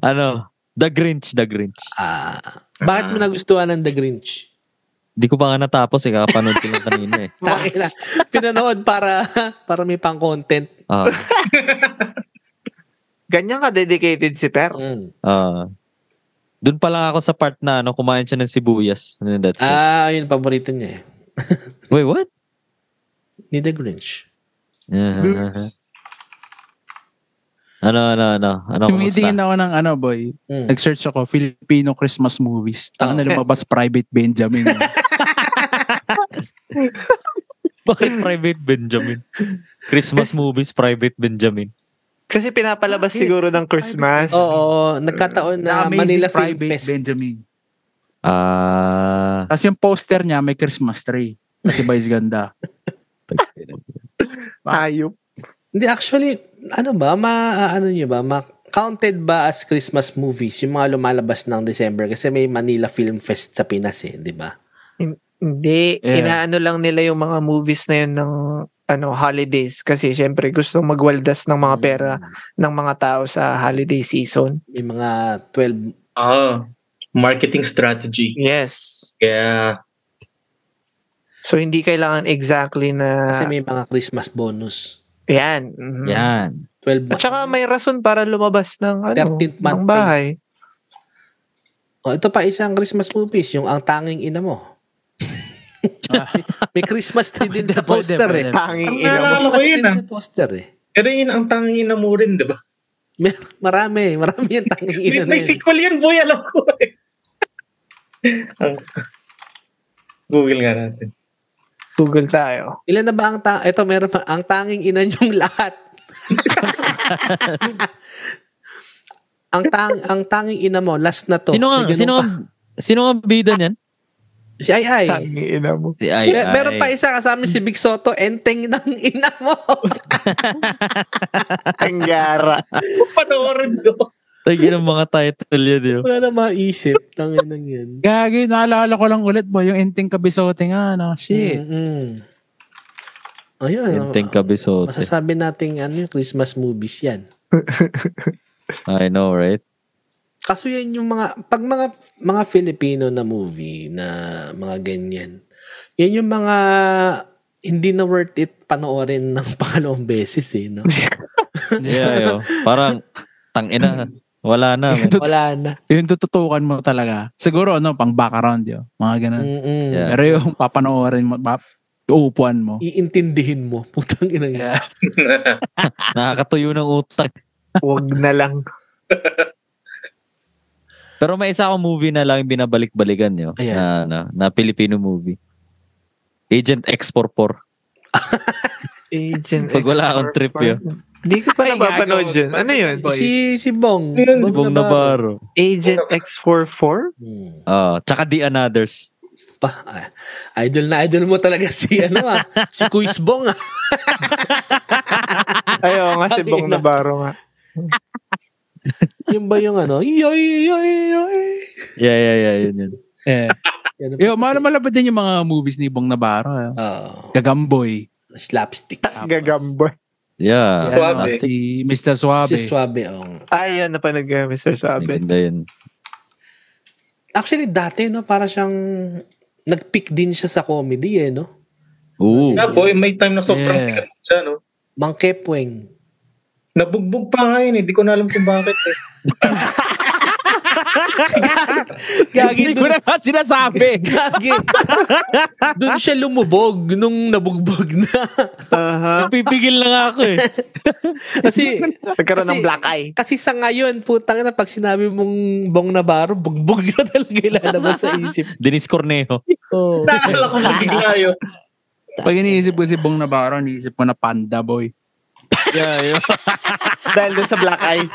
ano? The Grinch, The Grinch.
ah, bakit mo nagustuhan ng The Grinch?
Di ko pa nga natapos eh, kakapanood ko lang kanina eh.
Tangina. Pinanood para para may pang content.
Ah,
Ganyan ka dedicated si Per.
Mm.
ah. Doon pa lang ako sa part na ano, kumain siya ng sibuyas. And then that's it.
Ah, yun paborito niya eh.
Wait, what?
Ni The Grinch.
Ah, ano, ano, ano? Ano,
Tumitingin
kumusta?
ako ng ano, boy.
Mm.
Nag-search ako, Filipino Christmas movies.
Oh.
Tangan na lumabas, Private Benjamin.
Bakit Private Benjamin? Christmas movies, Private Benjamin.
Kasi pinapalabas
Bakit?
siguro ng Christmas.
Oo, nagkataon
The
na
Amazing
Manila Film
Private
Fest.
Benjamin.
Ah.
Tapos yung poster niya may Christmas tree. Kasi ba is ganda.
Hayop.
Hindi, actually, ano ba, ma, ah, ano nyo ba, ma, counted ba as Christmas movies yung mga lumalabas ng December? Kasi may Manila Film Fest sa Pinas eh, di ba?
Hindi,
Yeah.
inaano lang nila yung mga movies na yun ng ano, holidays. Kasi syempre gusto magwaldas ng mga pera
Mm.
ng mga tao sa holiday season.
May mga 12,
Ah, marketing strategy.
Yes.
Kaya,
So hindi kailangan exactly na
kasi may mga Christmas bonus.
yan.
Hmm.
Mhm.
Yan.
12
At
months.
saka may rason para lumabas ng ano,
13th month
ng bahay.
Oh, ito pa isang Christmas movies, yung Ang Tanging Ina Mo. may Christmas tree din sa
Pwede,
poster
pwede.
eh.
Tanging
Ang
ina mo.
naalala ko
Christmas
yun,
din
ah.
sa poster eh.
pero yun ang tanging na mo rin, di ba?
Mer- Marami, marami yung tanging
May,
ina na
may
yun.
sequel yun, boy, alam ko eh. Ang- Google nga natin.
Google tayo.
Ilan na ba ang tanging, ito meron pa, ang tanging ina niyong lahat. ang tang ang tanging ina mo last na to.
Sino nga,
May ganun
sino nga,
pa.
sino nga bida niyan?
si Ay Ay.
Tanging ina mo.
Si Ay.
Mer-
Ay.
meron pa isa kasama si Big Soto, enteng ng ina mo.
Ang gara.
Panoorin ko.
Tagin ang mga title yun, yun.
Wala na maisip. Tangin ng yan.
Gagi, naalala ko lang ulit boy, yung Enteng Kabisote nga, no?
Hmm.
Shit.
Mm-mm. Ayun. oh.
Enteng kabisote.
Masasabi natin ano yung Christmas movies yan.
I know, right?
Kaso yan yung mga, pag mga, mga Filipino na movie na mga ganyan, yan yung mga hindi na worth it panoorin ng pangalawang beses eh. No?
Yeah, yo. Parang, tangina. Wala na. man.
Tut-
Wala na.
Yung tututukan mo talaga. Siguro ano, pang background yun. Mga ganun.
Mm-mm.
Yeah.
Pero yung papanoorin mo, pap, uupuan mo.
Iintindihin mo. Putang ina nga.
Yeah.
Nakakatuyo ng utak.
Huwag na lang.
Pero may isa akong movie na lang yung binabalik-balikan nyo.
Ayan.
Na, na, na Filipino movie. Agent X44.
Agent
Pag wala
X
akong trip
Corp.
yun.
Hindi ko pa napapanood
gago.
yun. Ano yun?
Boy.
Si, si Bong.
Yun,
Si Bong Navarro.
Agent X44?
Hmm.
Ah, tsaka The Anothers.
Pa, ah, idol na idol mo talaga si ano ah, si Kuis Bong ah.
Ayaw nga si Bong Navarro nga.
Yung ba yung ano? Yoy, yoy, yoy.
Yeah, yeah, yeah. Yun, yun.
Eh.
Yan ang-
Yo, mahal malapit din yung mga movies ni Bong Navarro. eh.
Oo.
Gagamboy.
Oh, slapstick.
Tapos,
Gagamboy.
Yeah.
si ano,
Suabe.
si Mr. Suave.
Si Suabe. Oh.
Ay, yun. Napanood ko yun, Mr. Sabi.
Maganda yun.
Actually, dati, no, para siyang nag-pick din siya sa comedy, eh, no?
Oo.
Yeah, Ah, boy, may time na sobrang
Yeah.
sikat siya, no?
Mang Kepweng.
Nabugbog pa nga yun, hindi ko na alam kung bakit. Eh.
Gagi
Hindi ko
dun,
na nga sinasabi.
gagi. dun siya lumubog nung nabugbog na.
Aha.
Napipigil lang ako eh.
Kasi,
Nagkaroon ng
Kasi-
black eye.
kasi sa ngayon, putang na, pag sinabi mong Bong Navarro, bugbog na talaga ilalabas sa isip.
Dennis Cornejo.
Oh.
Naalala ko na bigla yun.
Pag iniisip ko si Bong Navarro, iniisip ko na panda boy.
Yeah, yun.
Dahil dun sa black eye.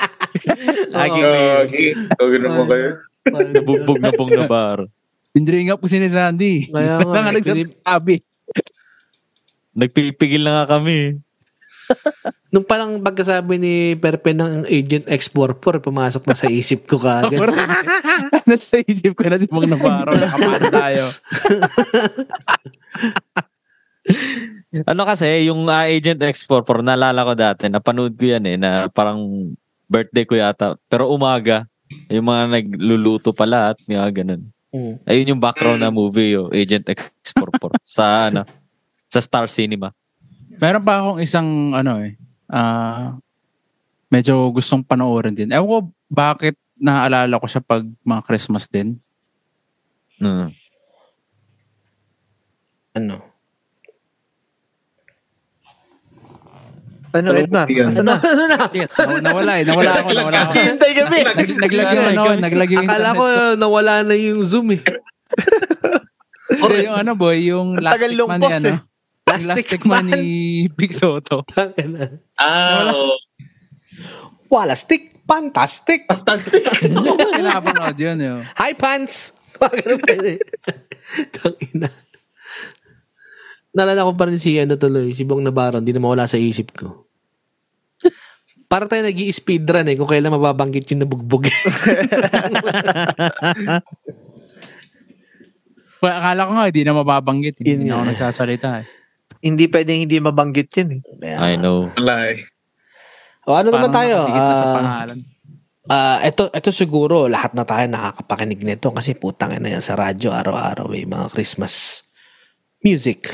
Laging may
Gagi. Gawin mo kayo.
bugbog na pong nabar.
Pindring up ko si ni Sandy.
Kaya nga,
Wala nga
eh,
nagsasabi.
Nagpipigil na nga kami.
Nung parang pagkasabi ni Perpen ng Agent X44, pumasok na sa isip ko kagad.
Nasa isip ko na si Bong Navarro. Nakapaano tayo.
Ano kasi, yung ah, Agent X44, naalala ko dati, napanood ko yan eh, na parang birthday ko yata. Pero umaga, yung mga nagluluto pala at mga ganun.
Mm.
Ayun yung background na movie, yo, Agent X44. sa ano, sa Star Cinema.
Meron pa akong isang ano eh. ah, medyo gustong panoorin din. Ewan ko bakit naaalala ko siya pag mga Christmas din.
Mm.
Ano?
Ano, Edmar? Asa na?
Ano na?
Naw- nawala eh. Nawala ako. Nawala ako.
Hintay kami.
Nag- Naglag yung ano, naglag yung
Akala ko
internet.
nawala na yung Zoom eh.
Hindi, yung ano boy, yung
Tagal
Lastic Man
lungkos
yan.
eh.
Eh. Plastic,
Plastic
Man
Man.
ni Big Soto.
Tangina.
Ah, oo.
Walastik. Fantastic.
Fantastic.
Pinapanood yun, eh. yun.
Hi, pants! Ganun pa yun eh. Tangina. Naalala ko pa rin si ano tuloy, si Bong Navarro, hindi na mawala sa isip ko. Para tayo nag speedrun eh, kung kailan mababanggit yung nabugbog.
Well, akala ko nga, hindi na mababanggit. eh. Hindi na
Yun
ako
nga.
nagsasalita eh.
Hindi pwedeng hindi mabanggit yun eh.
I know.
Lie.
o ano naman
Parang
tayo?
nakatigil na sa
Ah,
pangalan.
Ah, ito eto siguro lahat na tayo nakakapakinig nito kasi putang ina yan sa radyo araw-araw may mga Christmas music,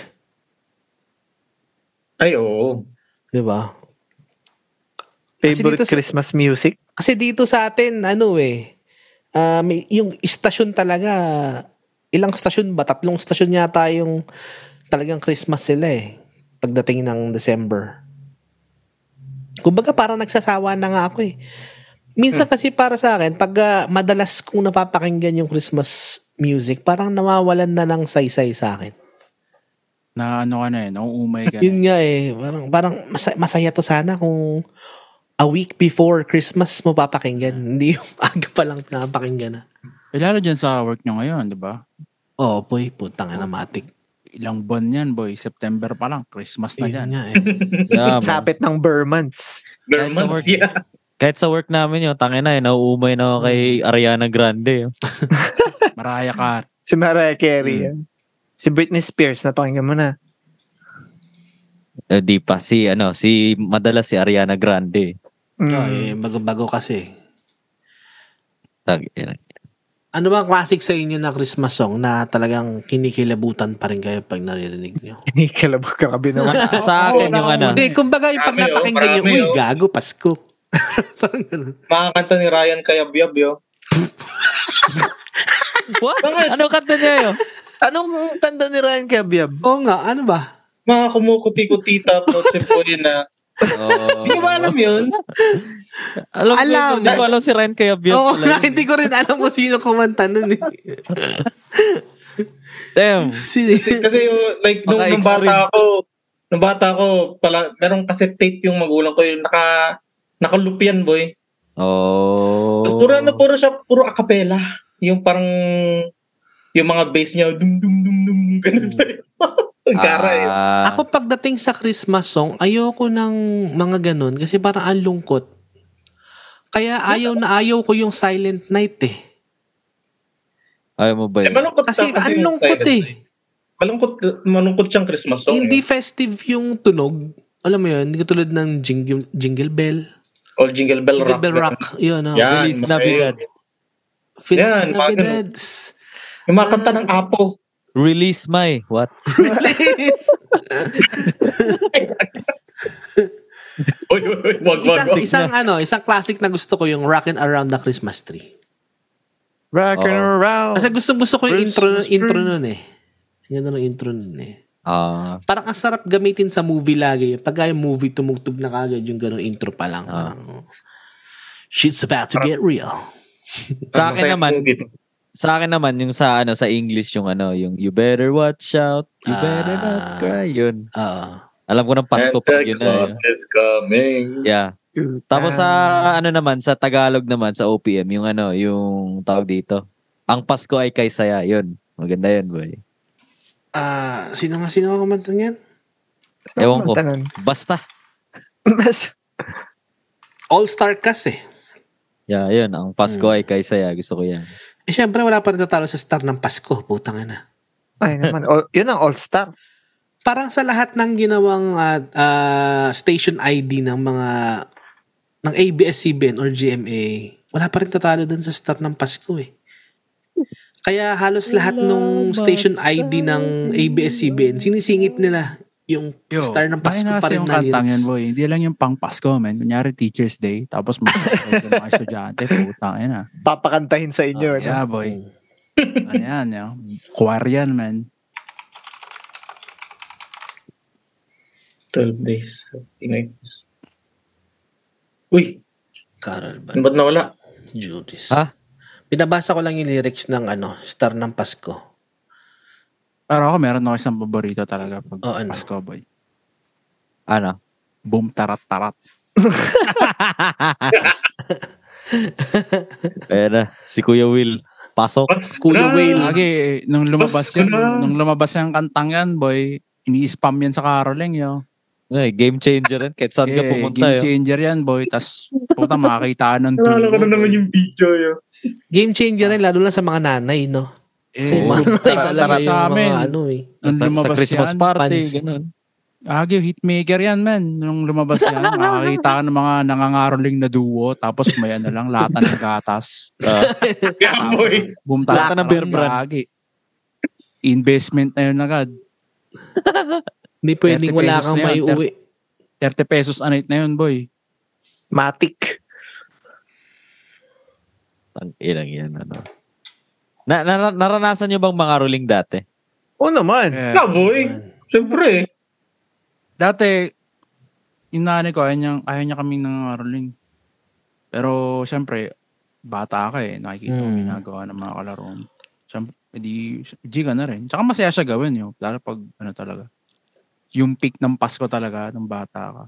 Ay, oo.
'di ba? Kasi dito
Favorite
sa-
Christmas music?
Kasi dito sa atin ano eh ah, may yung istasyon talaga ilang stasyon ba? Tatlong stasyon yata yung talagang Christmas sila eh pagdating ng December. Kumbaga parang nagsasawa na nga ako eh. Minsan kasi para sa akin, pag ah, madalas kong napapakinggan yung Christmas music, parang nawawalan na ng saysay sa akin.
Na ano ka na eh, nauumay ka na.
Yun nga eh, parang, parang masa- masaya to sana kung a week before Christmas mo papakinggan. Hindi yung aga pa lang pinapakinggan na.
Eh, lalo dyan sa work nyo ngayon, di ba?
Oo, oh, boy, putang ina matik.
Ilang buwan yan, boy. September pa lang, Christmas na
Yun
dyan.
nga eh.
Yeah, man.
Sapit ng Burmans.
Kahit sa work. eh.
Germans, yeah.
Kahit sa work namin yun, tangin na eh, nauumay na ako kay Ariana Grande. eh. yun.
Maraya ka.
Si Mariah Carey. yan. Si Britney Spears, napakinggan mo na.
Eh, di pa, si ano, si madalas si Ariana Grande.
Oo,
Mm.
eh, bago-bago kasi.
Tag, eh,
Ano ba ang classic sa inyo na Christmas song na talagang kinikilabutan pa rin kayo pag naririnig nyo?
Kinikalabog grabe naman.
sa akin yung ano.
Hindi, kumbaga yung pag
Marami, oh,
napakinggan nyo,
marami,
uy,
oh."
gago, Pasko. parang ganun.
Mga kanta ni Ryan Kayabyab, yo.
What? Ano kanta niya yun?
Anong tanda ni Ryan Cabiab?
Oo nga, ano ba?
Mga kumukuti-kutita, noche buena.
Oh.
Hindi ko ba alam yun?
Alam, ko
Alam.
yun, Hindi ko alam si Ryan Cayabyab.
Oo
pala
nga,
yun.
hindi ko rin alam kung sino kumanta nun eh.
Damn.
Sino?
Kasi yung, like, nung,
Baka
nung
X-ray.
bata ako, nung bata ako, pala, merong cassette tape yung magulang ko, yung naka, nakalupian, boy.
Oh.
Tapos puro ano, puro siya, puro acapella. Yung parang, yung mga bass niya, dum dum dum dum, ganun sa'yo. Ang kara eh.
Ah.
Ako pagdating sa Christmas song, ayoko ng mga ganun kasi parang ang lungkot. Kaya ayaw na ayaw ko yung Silent Night eh.
Ayaw mo ba
Eh,
yun?
malungkot
Kasi
siya
ang
yung
lungkot
Silent
eh.
Night. Malungkot, malungkot siyang Christmas song.
Hindi
eh.
festive yung tunog. Alam mo yun, hindi katulad ng jingle, jingle bell.
All Jingle Bell
Jingle
Rock.
bell rock. Yun, oh.
Yan,
Feliz
masaya.
Navidad.
Feliz
Yan, mga ganun.
Navidad's.
Yung mga kanta ng Apo.
Release my what?
Release.
Oy, oy, oy, wag, wag,
isang,
wag.
isang ano, isang classic na gusto ko yung Rockin' Around the Christmas Tree.
Rock and
Oo.
Oh.
around.
Kasi gusto gusto ko yung intro,
Christmas
intro nun eh. Ang ganda ng intro nun eh.
Ah.
Parang ang sarap gamitin sa movie lagi. yun. Pagka yung movie, tumugtog na kagad yung ganung intro pa lang. Parang, shit's about to get real.
Sa akin
Masaya
naman,
po dito.
sa akin naman yung sa ano sa English yung ano yung you better watch out, you
Ah.
better not cry yun.
Ah.
Alam ko ng Pasko
Santa
pag yun na.
Claus
yun.
is coming.
Yeah. Tapos sa ano naman sa Tagalog naman sa OPM yung ano yung tawag dito. Ang Pasko ay kay saya yun. Maganda yun, boy.
Ah, sino nga sino nga kumanta niyan?
Ewan ko.
Tanan.
Basta.
Mas,
All-star cast eh.
Yeah, yun. Ang Pasko
Hmm.
ay kay saya. Gusto ko yan.
Eh, syempre, wala pa rin tatalo sa star ng Pasko. Putang na.
ay naman. All, yun ang all-star.
Parang sa lahat ng ginawang ah, ah, station ID ng mga ng ABS-CBN or GMA, wala pa rin tatalo dun sa star ng Pasko eh. Kaya halos lahat nung station ID ng ABS-CBN, sinisingit nila yung
Yo,
star ng Pasko
mahina
pa
kasi
rin
yung
na
kantang yan,
lyrics.
boy. Hindi lang yung pang Pasko, man. Kunyari Teacher's Day, tapos mag ng mga estudyante, putang ina.
Papakantahin sa inyo. ano?
Yeah, boy. ano yan, yo? Choir yan, man.
12 days of Pinoy. Uy,
Carol ba?
ba't nawala?
Judas.
Ha?
Binabasa ko lang yung lyrics ng ano, star ng Pasko.
Pero ako, meron ako isang paborito talaga pag
Oh, ano?
Pasko, boy.
Ano?
Boom, tarat, tarat.
Ayan na, si Kuya Will. Pasok.
Kuya Will.
Lagi, eh, nung lumabas
Basta
yan,
na.
nung lumabas yung kantang yan, boy, ini-spam yan sa Caroling, yo.
Ay, Ano eh, game changer rin. Kahit saan ka
Eh,
pumunta.
game
yo.
changer yan, boy. Tapos, puta, makakita ka ng dulo.
Nalala ko na naman
boy.
yung video yun.
Game changer rin, lalo na sa mga nanay, no?
Eh,
Mga nanay
tara,
talaga
tara sa
yung
amin.
mga ano eh.
Nung
Sa, sa
lumabas
Christmas
yan,
party.
pansin.
Ganun.
Agyo, hitmaker yan, man. Nung lumabas yan, makakita ka ng mga nangangaroling na duo, tapos may ano lang, lata ng gatas.
Ah,
Gamoy.
Bumta
Lata ng beer brand.
Investment na yun agad.
Hindi
30
pwedeng wala
pesos
kang
na yun,
may uwi.
30 pesos a night na yun, boy.
Matik.
Ang ilang yan. Ano. Na, na, naranasan nyo bang mga ruling dati?
Oo naman.
Eh,
Gamoy. Siyempre.
Dati, yung nanay ko, ayaw niya, ayaw niya kaming nangangaroling. Pero, syempre, bata ka eh. Nakikita mo
Mm.
ginagawa ng mga kalaro mo. Syempre, di, di ka na rin. Tsaka masaya siya gawin yun. Lalo pag, ano talaga, yung peak ng Pasko talaga nung bata ka.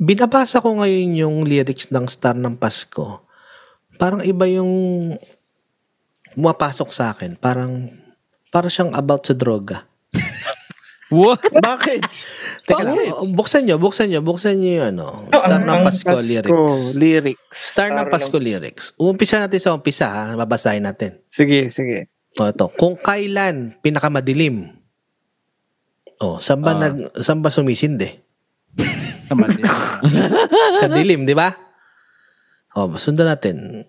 Binabasa ko ngayon yung lyrics ng Star ng Pasko. Parang iba yung mapasok sa akin. Parang, parang siyang about sa droga.
What?
Bakit?
Teka lang, oh, buksan nyo, buksan nyo, buksan nyo yung ano,
Oh, ang-
Star ng
ang
Pasko lyrics.
lyrics.
Star ng Pasko lyrics. Umpisa natin sa umpisa ha, babasahin natin.
Sige, sige.
O ito, kung kailan pinakamadilim. O, saan ba,
Ah.
nag, saan ba sumisindi?
Naman din.
sa dilim, di ba? O, sundan natin.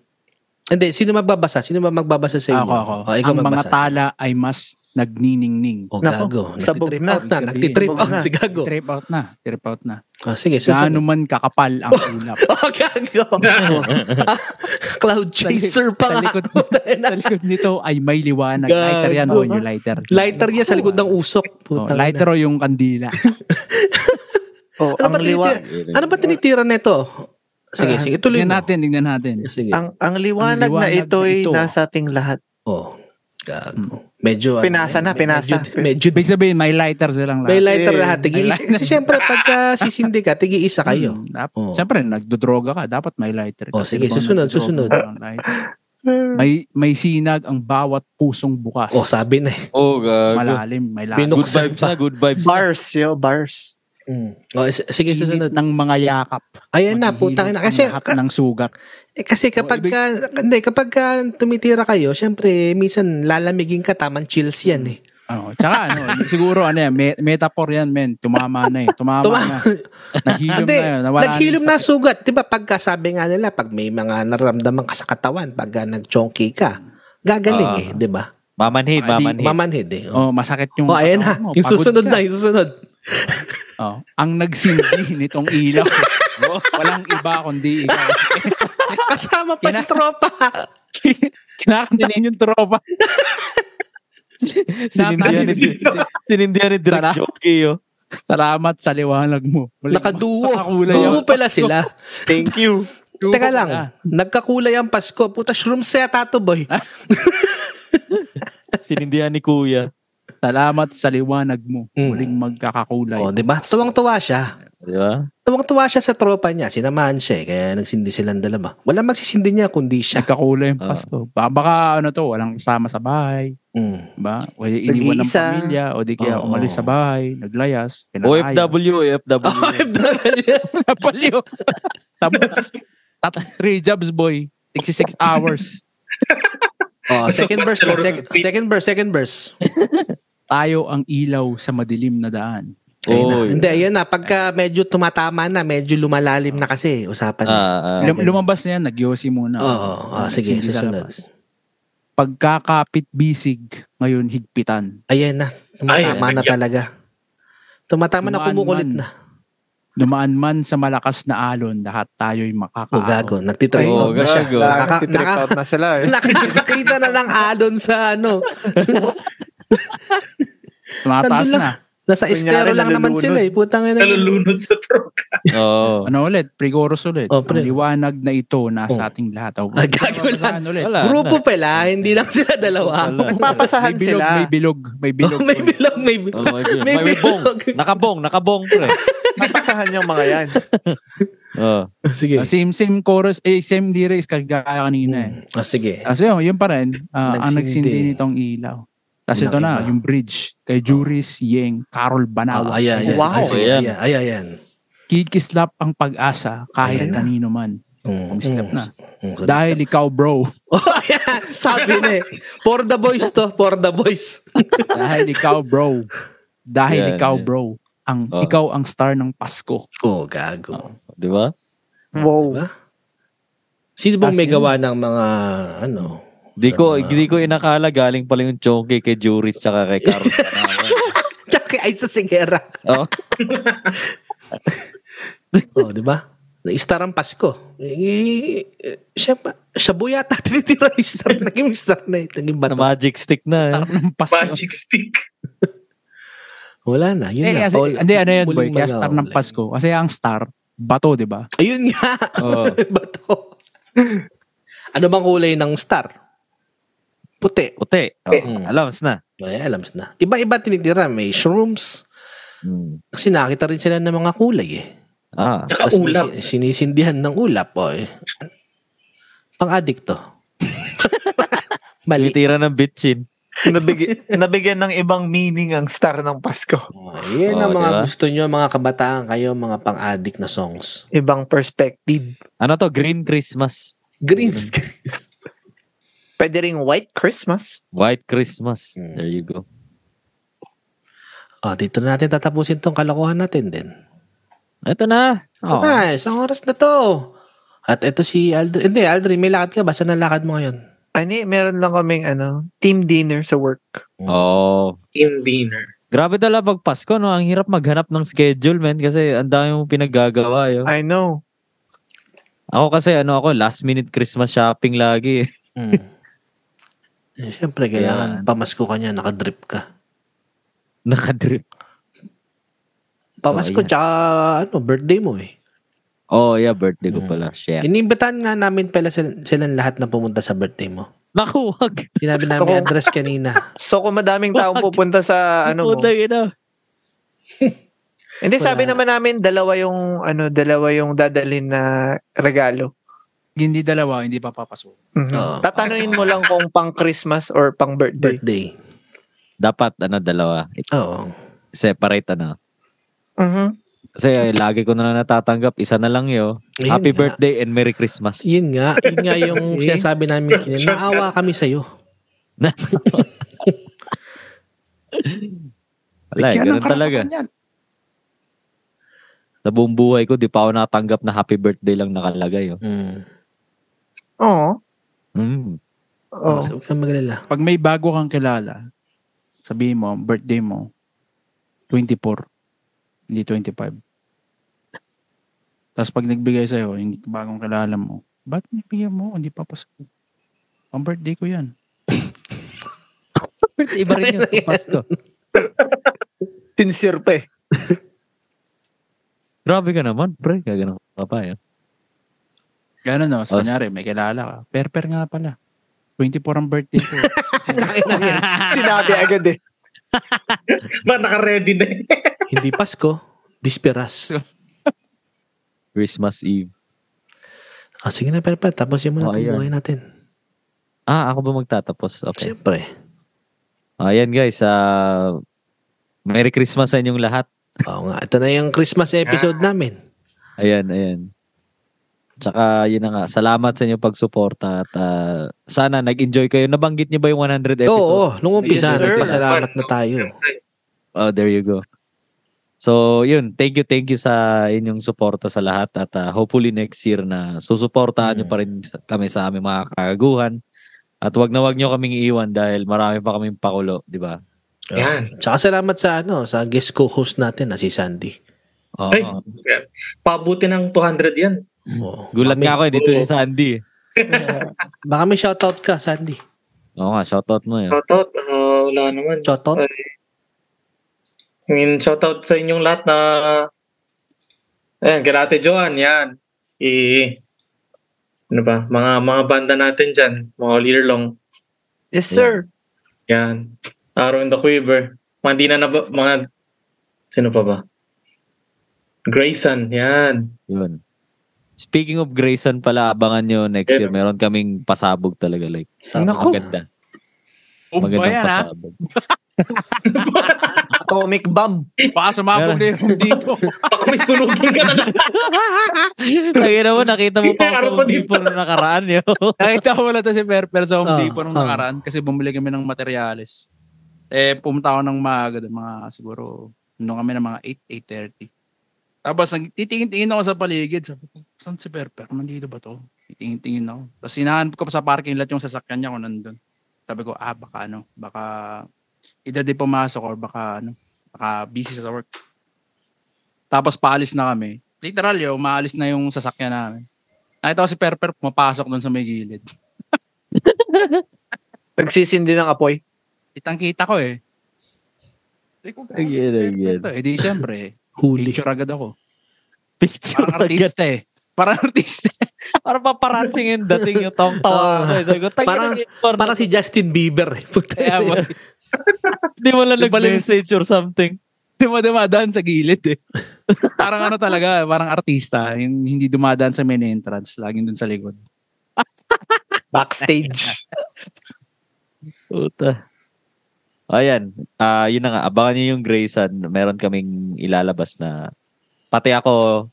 Hindi, sino magbabasa? Sino ba magbabasa sa inyo?
ako, ako.
O, Oh, ikaw
Ang mga
magbasa.
tala ay mas nagniningning.
O,
Nako,
gago.
sabog
Nagtitrip
na.
out na. Nagtitrip
Sabog
out
na.
si gago.
Trip out na. Trip out na.
O, sige,
Gaano
susunod.
man kakapal ang ulap.
O, gago. Ah, Cloud
Sa
chaser pa nga.
likod, sa likod nito ay may liwanag.
Gago.
Lighter yan, boy. Yung lighter.
Lighter niya sa likod ng usok.
Oh,
Puta na.
lighter o yung kandila.
Oh,
Ano ba
ang liwa
tinitira? Ano ba tinitira nito? Sige, sige. Tuloy
Ah, Tingnan
mo.
natin, tingnan natin.
Sige.
ang ang liwanag,
Ang liwanag
na ito'y
na ito.
nasa ating lahat.
Oh, gago. Medyo ano,
Pinasa na,
medyo-
pinasa.
Medyo,
Ibig sabihin, may lighter silang
may
lahat.
lighter
Eh,
lahat. Tigi,
may
kasi siyempre pagka sisindi ka, tigi-isa kayo.
Hmm, dap-
Oh.
Siyempre, nagdodroga ka. Dapat may lighter.
Oh,
Kasi
sige,
kung
susunod,
nagdodroga
susunod.
ka ng lighter. May may sinag ang bawat pusong bukas.
Oh, sabi na eh.
Oh, God.
Malalim, may lalim.
Binuk-
Good
Binuksan
vibes
pa.
na, good vibes na.
Bars, yo, bars.
Hmm.
Mm. Oh, s-
Init
sige, susunod.
ng mga yakap.
Ayan na, putang ina. Kasi,
Lahat ng sugat. Oh,
eh, kasi kapag, ka, hindi, kapag ka tumitira kayo, syempre, minsan lalamigin ka, tamang chills yan eh.
Oh, tsaka ano, siguro ano yan, me- metaphor yan, men. Tumama na eh. Tumama, na.
Tuma-
Naghilom na
Hindi,
Hmm. yun. Nawala
naghilom
na
na sugat. Di ba, pagka sabi nga nila, pag may mga naramdaman ka sa katawan, pagka nag-chonky ka, gagaling
Ah.
eh, di ba?
Mamanhid,
Ah, di-
mamanhid.
Mamanhid eh.
Oh,
Oh,
masakit yung
Oh, ayan na.
katawan mo.
Yung
Pagod
susunod
ka.
na, yung susunod.
Oh, ang nagsindi nitong ilaw. Walang iba kundi ikaw.
Kasama pa
Kina-
yung tropa.
Kinakanta niyo yung tropa.
Sinindihan
eh.
ni, sinindihan ni Direk
Tara.
Jockey, yo.
eh. Salamat sa liwanag mo. Walang
Nakaduo.
makakulay
Duo
ang-
pala sila.
Thank you.
Duo
Teka
pala.
lang, nagkakulay ang Pasko. Puta, shrooms siya, tato boy.
Ah. Sinindihan ni Kuya.
Salamat sa liwanag mo.
Mm.
Muling magkakakulay.
Oh, di ba? Tuwang-tuwa siya.
Di ba?
Tuwang-tuwa siya sa tropa niya. Sinamahan siya eh. Kaya nagsindi silang dalawa. Walang magsisindi niya kundi siya.
Nagkakulay
Oh.
ang Pasko. Ba- Baka ano to, walang kasama sa bahay.
Mm.
Ba? Diba? O iniwan ng
Nag-iisa.
pamilya. O di kaya
Oo.
umalis sa bahay. Naglayas.
OFW, OFW.
OFW. Tapos, tat- three jobs boy. 66 hours.
oh, second verse na. Sec- second verse, second verse.
Tayo ang ilaw sa madilim na daan.
Ayun na.
Oy.
Hindi, ayun na. Pagka medyo tumatama na, medyo lumalalim na kasi. Usapan na.
Ah, ah.
Lum- lumabas na yan, nagyosi muna.
Oo, oo, oo, sige,
Hindi sa
susunod.
labas. Pagkakapit bisig, ngayon higpitan.
Ayun na. Tumatama
Ayun,
na
yeah.
talaga. Tumatama na,
Tumaan
kumukulit
man.
na.
Dumaan man sa malakas na alon, lahat tayo'y
Oh,
makakaon.
gago. Nagtitrain
Oh,
out na siya.
gago.
Naka-
Naka-trip
naka-
out na sila eh.
Nakita na ng alon sa ano.
Tumataas
Nandun lang.
na.
Nasa
Kunyari,
estero lang naman
nalulunod.
sila eh. Putang ina.
Nalulunod sa truck.
Oo.
Ano ulit? Prigorous ulit.
Oh, pre.
Ang liwanag na ito nasa
Oh.
ating lahat. Oh,
Ah, gago lang.
Babasahan ulit.
Wala.
Grupo pala, hindi lang sila dalawa.
Wala.
May
Nagpapasahan
bilog,
sila.
may bilog, may bilog.
Oh, may bilog, may
Oh,
bilog.
my God.
May
May, may bong.
bilog.
Nakabong, nakabong pre.
Napasahan yung mga yan.
Oo.
Sige.
Ah, same same chorus, eh, same lyrics kagaya kanina eh.
Oh, sige.
Kasi yun, yun pa rin, ah, ang nagsindi
Nagsindi.
nitong ilaw. Tapos ito
Nakiba.
na, yung bridge. Kay Juris, Yeng, Carol
Ah,
Banawa.
ayan, ayan. Ay,
Wow.
sige,
Ayan.
ayan, ayan, ayan.
Kikislap ang pag-asa kahit
Ayan na.
kanino man.
Mm,
Kumislap
mm,
na.
mm, kumislap.
Dahil ikaw bro.
Oh, ayan. Sabi na eh. For the boys to. For the boys.
Dahil ikaw bro. Dahil
Yan,
ikaw
yan.
bro. Ang,
Oh.
Ikaw ang star ng Pasko.
Oh, gago.
Di ba?
Wow.
Sino
As
bang may
in-
gawa ng mga, ano?
Di ko,
Tama.
di ko inakala galing pala yung Chonky kay Juris tsaka kay Carl. Panawan.
Tsaka ay sa sigera.
Oo.
oh, di ba? Istar ang Pasko. Eh, eh, siya pa. Siya yata tinitira yung star. Naging star na eh. Naging
Na
bato.
magic stick na. eh.
Tarap ng Pasko.
Magic stick.
Wala na. Yun
Eh,
na.
kasi,
Paul.
hindi, ano yun, boy?
Muling
Kaya
malaw.
star ng Pasko. Kasi ang star, bato, di ba?
Ayun nga.
Oo.
bato. ano bang kulay ng star? Puti.
Puti.
Mm.
Oh, alams na.
Ay, alams na. Iba-iba tinitira. May shrooms.
Mm.
Kasi nakita rin sila ng mga kulay eh.
Ah.
Tsaka
Tapos may
ulap.
sin- sinisindihan ng ulap. Oh, eh. Pang-addict to. Mali.
Tinitira ng bitchin.
Nabigyan, nabigyan ng ibang meaning ang star ng Pasko.
Yan ang
Oh,
mga
diba?
gusto nyo, mga kabataan kayo, mga pang-addict na songs.
Ibang perspective.
Ano to? Green Christmas.
Green.
Pwede ring White Christmas.
White Christmas.
Mm.
There you go.
oh, dito na natin tatapusin tong kalokohan natin din.
Ito na.
Oh.
Oh.
Na, isang oras na to. At ito si Aldrin. Hindi, Aldrin, may lakad ka ba? Saan ang lakad mo ngayon?
Ani, meron lang kaming ano, team dinner sa work.
Oh.
Team dinner.
Grabe tala pag Pasko, no? Ang hirap maghanap ng schedule, man. Kasi ang dami mong pinaggagawa, yo.
I know.
Ako kasi, ano ako, last minute Christmas shopping lagi. eh.
Mm. Eh, Siyempre, kailangan pamasko ka niya, nakadrip ka.
Nakadrip.
Pamasko,
Oh, ayan.
tsaka ano, birthday mo eh.
Oh, yeah, birthday ko pala. Shit.
Inimbitahan nga namin pala sil- silang lahat na pumunta sa birthday mo.
Naku, wag.
Sinabi
Gusto
namin
ko-
address kanina.
So kung madaming taong
Wag.
pupunta sa ano mo.
Putang ina.
Hindi sabi
Wala.
naman namin dalawa yung ano, dalawa yung dadalhin na regalo.
Hindi dalawa, hindi pa papasok.
Mhm.
Oo.
Tatanungin mo lang kung pang Christmas or pang birthday.
Birthday.
Dapat, ano, dalawa.
Oo.
Separate, ano.
Mhm.
Kasi eh, lagi ko na lang natatanggap. Isa na lang, yo.
Ayun
Happy
nga.
birthday and Merry Christmas.
Yun nga. Yun nga yung
See?
sinasabi namin kanina. Naawa kami sa'yo.
Wala, eh, ganun talaga. Sa buong buhay ko, di pa ako natanggap na happy birthday lang nakalagay. Oh.
Mm.
Oo.
Mm.
Oo.
So, Oh. huwag kang magalala.
Pag may bago kang kilala, sabihin mo, birthday mo, 24, hindi 25. Tapos pag nagbigay sa'yo, hindi bagong kilala mo, ba't nagbigay mo? Hindi pa Pasko. Ang birthday ko yan.
Birthday, iba rin yun. Pasko.
Sincere pa eh.
Grabe ka naman, pre. Gagano ka pa, eh. yun.
Ganun no, so,
Oh,
kunyari, may kilala ka. Perper nga pala. 24 ang birthday ko.
Sinabi agad eh.
Ba, naka-ready na eh.
Hindi Pasko. Disperas.
Christmas Eve.
Ah, sige na, pero pa, tapusin mo na
Oh,
itong
ayan.
buhay natin.
Ah, ako ba magtatapos? Okay.
Siyempre.
Ayan guys, ah, Merry Christmas sa inyong lahat.
Oo nga. Ito na yung Christmas episode
Ah.
namin.
Ayan, ayan. Tsaka yun na nga, salamat sa inyong pagsuporta at ah, sana nag-enjoy kayo. Nabanggit niyo ba yung
Oo,
100 episode?
oo. nung umpisa,
Yes, sir.
nagpasalamat na tayo.
Oh, there you go. So, yun. Thank you, thank you sa inyong suporta sa lahat at ah, hopefully next year na susuportahan nyo pa rin sa- kami sa aming mga kagaguhan. At wag na wag nyo kaming iiwan dahil marami pa kaming pakulo, di ba?
Yan.
Tsaka salamat sa ano, sa guest co-host natin na si Sandy.
Oo.
Ay. Pabuti ng 200 yan.
Oo.
gulat
Baka may-
nga ako eh, dito si Sandy. eh.
Baka may shoutout ka, Sandy.
Oo nga, shoutout mo yun.
Shoutout. ah, wala naman.
Shoutout?
Ay, I mean, shoutout sa inyong lahat na... Ayan, kay Ate Joan, yan. Si... Ano ba? Mga, mga banda natin dyan. Mga all year long.
Yes, sir.
Yan. Arrow in the Quiver. Mga di na, na mga... Sino pa ba? Grayson, yan.
Yun. Speaking of Grayson pala, abangan nyo next year. Meron kaming pasabog talaga. Like,
Sa
Nako.
maganda.
Oh,
Magandang
yan, ha?
pasabog.
Atomic bomb.
Baka sumabog na yung dito.
Baka may sunugin ka na lang.
Tangina mo, nakita mo pa
Araw
ako
ko
sa
dito.
Ubifor na nakaraan yo.
Nakita ko wala to si Per, pero sa Home
Ah,
Depot nung
ah.
nakaraan kasi bumili kami ng materyales. Eh, pumunta ako ng maaga doon, mga siguro, nung kami ng mga 8, 8.30. Tapos nag- titingin-tingin ako sa paligid. Sabi ko, saan si Per? Per, nandito ba to? Titingin-tingin ako. Tapos sinahan ko pa sa parking lot yung sasakyan niya kung nandun. Sabi ko, ah, baka ano, baka edad di pumasok or baka ano, baka busy sa work. Tapos paalis na kami. Literal yo, maalis na yung sasakyan namin. Nakita ko si Perper pumapasok doon sa may gilid.
Nagsisindi ng apoy.
Kitang-kita ko eh. Hindi ko
Ang gila, ang gila.
Eh di syempre,
Huli.
picture agad ako.
Picture
Parang
agad.
artista eh. Parang eh. artista.
Parang paparatsing yung dating yung tong tawa ko. eh. Sabi ko, "Tangina,
Parang-
Ubifor na-
Parang si Justin Bieber. eh. Puta.
Kaya mo,
Di mo lang
Yung pala yung-
nag-message or something.
hindi mo dumadaan sa gilid eh. parang ano talaga, parang artista. Yung hindi dumadaan sa main entrance, laging doon sa likod.
Backstage.
Puta. Ayan. Ah, yun na nga. Abangan nyo yung Grayson. Meron kaming ilalabas na pati ako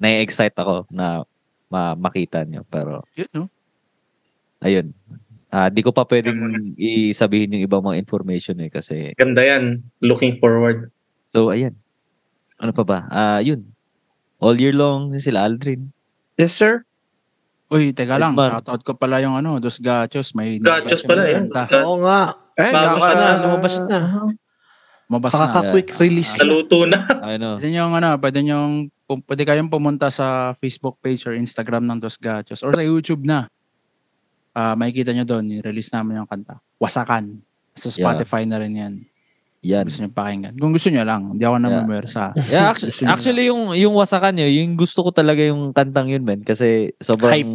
na-excite ako na ma- makita nyo. Pero,
Yun, no?
ayun. Ah, di ko pa pwedeng isabihin yung ibang mga information eh kasi
Ganda yan. Looking forward.
so ayan. Ano pa ba? Ah, yun. All year long sila Aldrin.
yes, sir.
Uy, teka lang.
Edmar.
Shoutout ko pala yung ano, Dos Gachos. May
Gachos pala
may
yan.
kanta.
Oo Eh, nga.
Ayun,
Lumabas
Lumabas
nakaka-
na, lumabas na.
Mabas na.
Pakaka-quick release na.
Naluto na.
Ano?
Pwede niyong ano, pwede niyong, pu- pwede kayong pumunta sa Facebook page or Instagram ng Dos Gachos or sa YouTube na. Ah, makikita niyo doon, i-release namin yung kanta. Wasakan. Sa
Yeah.
Spotify na rin yan.
Yan.
Gusto niyo pakinggan. Kung gusto niyo lang, hindi ako namamaware sa...
Yeah, actually,
Gusto niyo
actually yung yung wasakan niya, yung gusto ko talaga yung kantang yun, men, kasi sobrang
Hype.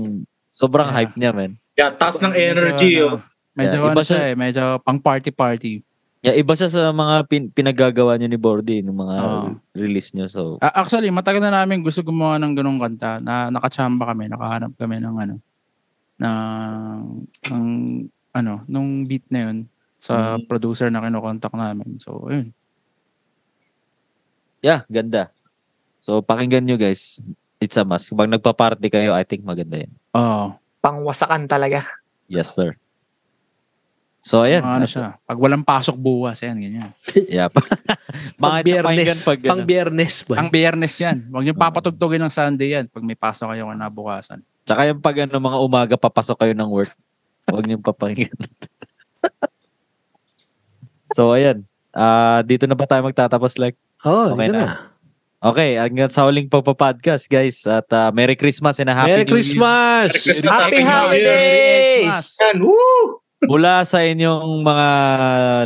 sobrang
Yeah.
hype niya, men.
Yeah, taas ng
Medyo,
energy.
ano,
oh.
Medyo
Yeah,
ano
iba
siya
siya-
eh, medyo pang party-party.
Yeah, iba siya sa mga pin- pinagagawa niyo ni Bordy ng mga
Oo.
release niyo. So,
Ah, actually, matagal na namin gusto gumawa ng ganong kanta na nakachamba kami, nakahanap kami ng ano, na ng ano, nung beat na yun sa producer na kinokontak namin. So, ayun.
yeah, ganda. So, pakinggan niyo guys. It's a must. Pag nagpa-party kayo, I think maganda yan.
Oo.
Pangwasakan talaga.
Yes, sir. So, ayan.
mga ano siya. Pag walang pasok bukas, yan, ganyan.
Yeah. mga
Pang-biyernes.
tsapanggan pag ano. ganun.
Pang-biyernes ba?
Ang biyernes yan. Huwag niyo papatugtugin ng Sunday yan pag may pasok kayo na bukasan.
Tsaka yung pag ano, mga umaga, papasok kayo ng work. Huwag niyong papakinggan. so, ayan. Ah, dito na ba tayo magtatapos, like?
Oo, okay
Okay na.
Oh, na.
Okay, hanggang sa huling pagpa-podcast, guys. At ah, Merry Christmas and a Happy
Merry
New Year
Christmas!
Happy
Happy holidays!
Yan, woo!
mula sa inyong mga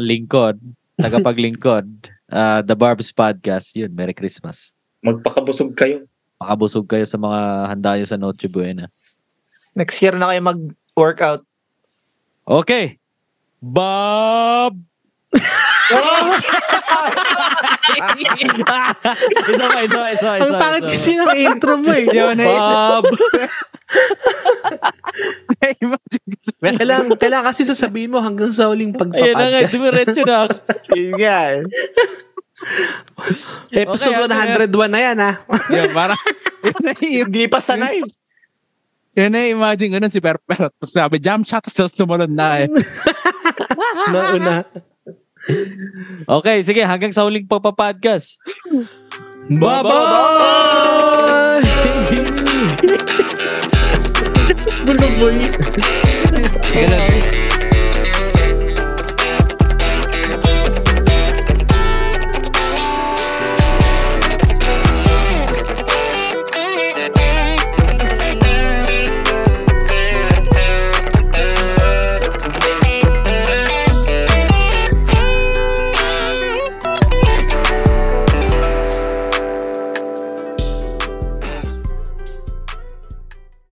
lingkod, tagapaglingkod, ah, The Barbs Podcast. Yun, Merry Christmas.
Magpakabusog kayo.
Makabusog kayo sa mga handa nyo sa Noche Buena.
Next year na kayo mag-workout.
Okay. Bob! isa pa, isa pa, isa pa,
Ang
isa pa,
pangit
isa pa.
kasi ng intro mo eh.
Bob!
Kailangan, kailangan kasi sasabihin mo hanggang sa huling
Ayan na nga,
pagpapodcast.
dumiretso na ako.
Yun nga. eh.
Episode
Okay, okay.
101 na yan ha.
Yan, parang... yun na yung-
Hindi pa sanay.
Yan na, imagine ko nun si Perper. Tapos sabi, jump shot, tapos tumalon na eh.
Nauna.
Okay, sige, hanggang sa huling pagpapodcast.
Bye-bye!
Ganun.